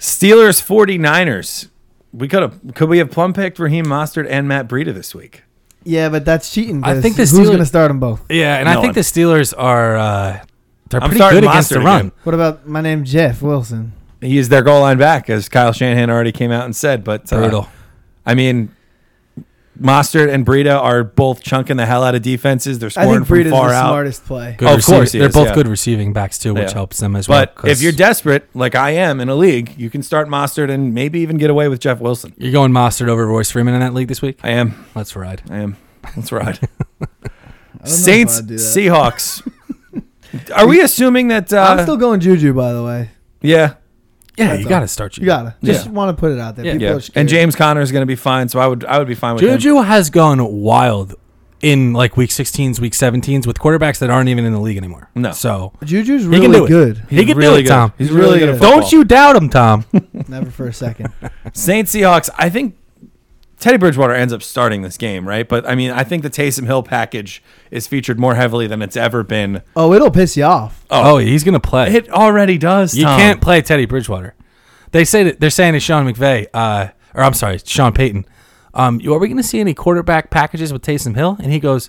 Steelers 49ers. We could have could we have plum picked Raheem Mostert and Matt Breida this week?
Yeah, but that's cheating.
I
'cause
think the
who's
Steelers-
going to start them both?
yeah, and
No
I think
one.
the Steelers are uh, they're
I'm
pretty
starting
good against
Mostert
the run.
again.
What about my name Jeff Wilson?
He is their goal line back, as Kyle Shanahan already came out and said. But uh,
Brutal.
I mean, Mostert and Breida are both chunking the hell out of defenses. They're
I
scoring
think
from
Breed is
far
the
out.
smartest play.
Good
Of
receiver-
course he
they're
is,
both
yeah.
good receiving backs too, which
Yeah.
helps them as well.
But if
'cause
you're desperate, like I am in a league, you can start Mostert and maybe even get away with Jeff Wilson.
you're going Mostert over Royce Freeman in that league this week,
I am.
let's ride.
I am. Let's ride.
I don't know if
Saints,
I'd do that.
Seahawks. Are we assuming that? Uh,
I'm still going Juju, by the way.
yeah,
Yeah,
That's
you
all.
got to start.
You gotta just
Yeah.
want to put it out there.
Yeah.
People
yeah.
are scared.
And James Conner is going to be fine, so I would I would be fine with him.
Juju has gone wild in like week 16s, week 17s with quarterbacks that aren't even in the league anymore.
No.
so
Juju's
he
really
can do it.
good.
He can do it,
good.
Tom.
He's really good. at football.
Don't you doubt him, Tom?
Never for a second.
Saints Seahawks? I think Teddy Bridgewater ends up starting this game, right? But I mean, I think the Taysom Hill package is featured more heavily than it's ever been.
Oh, it'll piss you off.
oh, he's gonna play.
It already does.
You
Tom.
can't play Teddy Bridgewater. They say that they're saying to Sean McVay, uh, or I'm sorry, Sean Payton, um, you- are we going to see any quarterback packages with Taysom Hill? And he goes,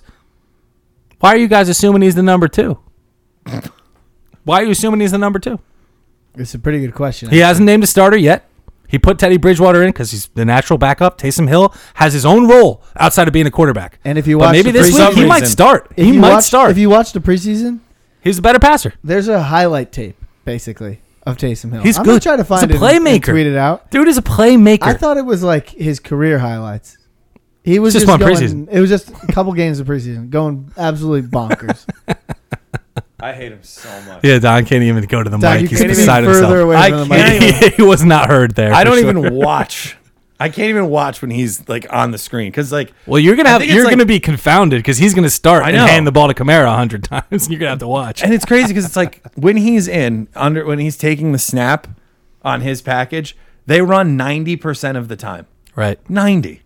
Why are you guys assuming he's the number two? Why are you assuming he's the number two?
It's a pretty good question.
He hasn't named a starter yet. He put Teddy Bridgewater in because he's the natural backup. Taysom Hill has his own role outside of being a quarterback.
And if you
but
watch
maybe
the
this
preseason-
week he might
reason-
start.
If
He
you
might
watch,
start.
If you watch the preseason,
he's a better passer.
there's a highlight tape basically of Taysom Hill.
He's
I'm
good.
Gonna try to
He's a
find it and- and
playmaker.
tweet it out.
Dude is a playmaker.
I thought it was like his career highlights. He was
It's
just,
just one
going,
preseason.
It was just a couple games of preseason, going absolutely bonkers.
I hate him so much.
yeah, Don can't even go to the
Doc,
mic.
you
He's
can't even
beside
further
himself.
away
I
from the
can't
mic.
even-
he was not heard there.
I
for
don't
sure.
even watch. I can't even watch when he's like on the screen because like
Well, you're gonna
I
have
think it's
you're
like-
gonna be confounded because he's gonna start
I
and
know.
hand the ball to Kamara a hundred times. and You're gonna have to watch.
and it's crazy because it's like when he's in under when he's taking the snap on his package, they run ninety percent of the time.
Right
Ninety.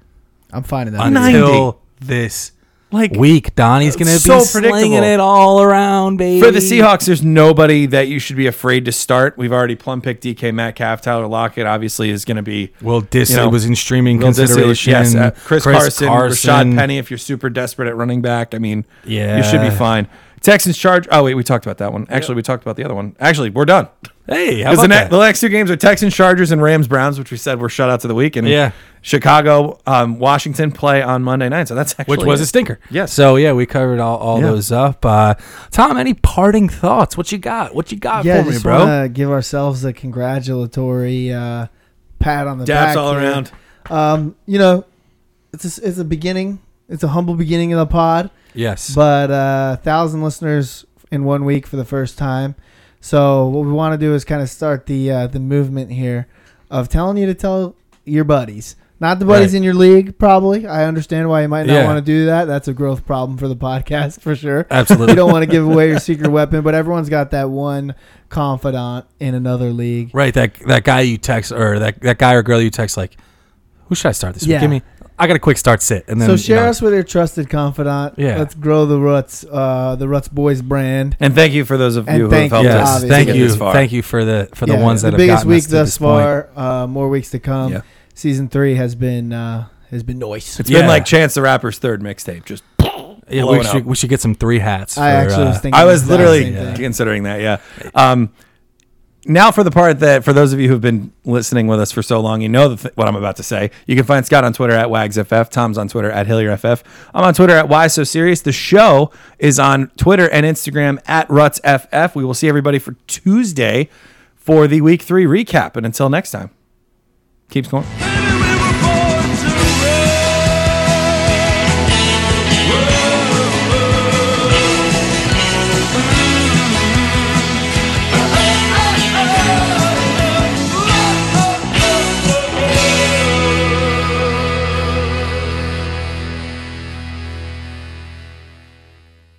I'm finding that.
Nice.
until this
Like
week, Donnie's gonna be
So
slinging
predictable.
it all around, baby.
for the Seahawks, there's nobody that you should be afraid to start. We've already plum picked DK Metcalf. Tyler Lockett obviously is going to be
Well, Disley
you know,
was in streaming
Will Disley,
consideration.
Yes, uh, Chris, Carson,
Carson.
Rashad Penny. If you're super desperate at running back, I mean, you should
Yeah.
be fine. Texans charge. Oh wait, we talked about that one. Actually, we talked about the other one. Actually, we're done.
Hey, how
Because
about
the, ne-
that?
the next two games are Texans, Chargers, and Rams, Browns, which we said were shutouts of the week. And
Yeah.
Chicago, um, Washington play on Monday night. So that's actually
Which was
it.
a stinker.
Yes.
So yeah, we covered all, all
Yeah.
those up. Uh, Tom, any parting thoughts? What you got? What you got
Yeah, I
for me,
just
bro?
want to give ourselves a congratulatory uh, pat on the
Dabs
back.
all
here.
around.
Um, you know, it's a, it's a beginning. It's a humble beginning of the pod,
Yes.
but uh, thousand listeners in one week for the first time. So what we want to do is kind of start the uh, the movement here of telling you to tell your buddies, not the buddies
Right.
in your league. Probably, I understand why you might not
Yeah.
want to do that. That's a growth problem for the podcast for sure.
Absolutely.
You don't want to give away your secret weapon, but everyone's got that one confidant in another league.
Right, that that guy you text or that, that guy or girl you text like, who should I start this
Yeah.
week? Give me I got a quick start sit and then
so
you
share
know,
us with your trusted confidant.
Yeah.
Let's grow the Ruts, uh, the Ruts Boys brand.
And thank you for those of
And
you who
thank
have helped
you,
us.
Yes,
to
obviously.
thank
get
you.
this far.
Thank you for the for the
Yeah,
ones
the
that have
biggest
gotten
week
us to
thus
this point.
far. Uh, more weeks to come.
Yeah.
Season three has been uh, has been noise.
It's been
Yeah.
like Chance the Rapper's third mixtape. Just
Yeah, we
blowing
should
up.
we should get some three hats.
I
for,
actually
uh,
was
I
thinking. the
was
exact
literally
same thing.
considering that. Yeah. Um, now for the part that for those of you who've been listening with us for so long, you know the th- what I'm about to say. You can find Scott on Twitter at WagsFF. Tom's on Twitter at HillierFF. I'm on Twitter at Why So Serious. The show is on Twitter and Instagram at RutsFF. We will see everybody for Tuesday for the Week Three recap. And until next time, keeps going.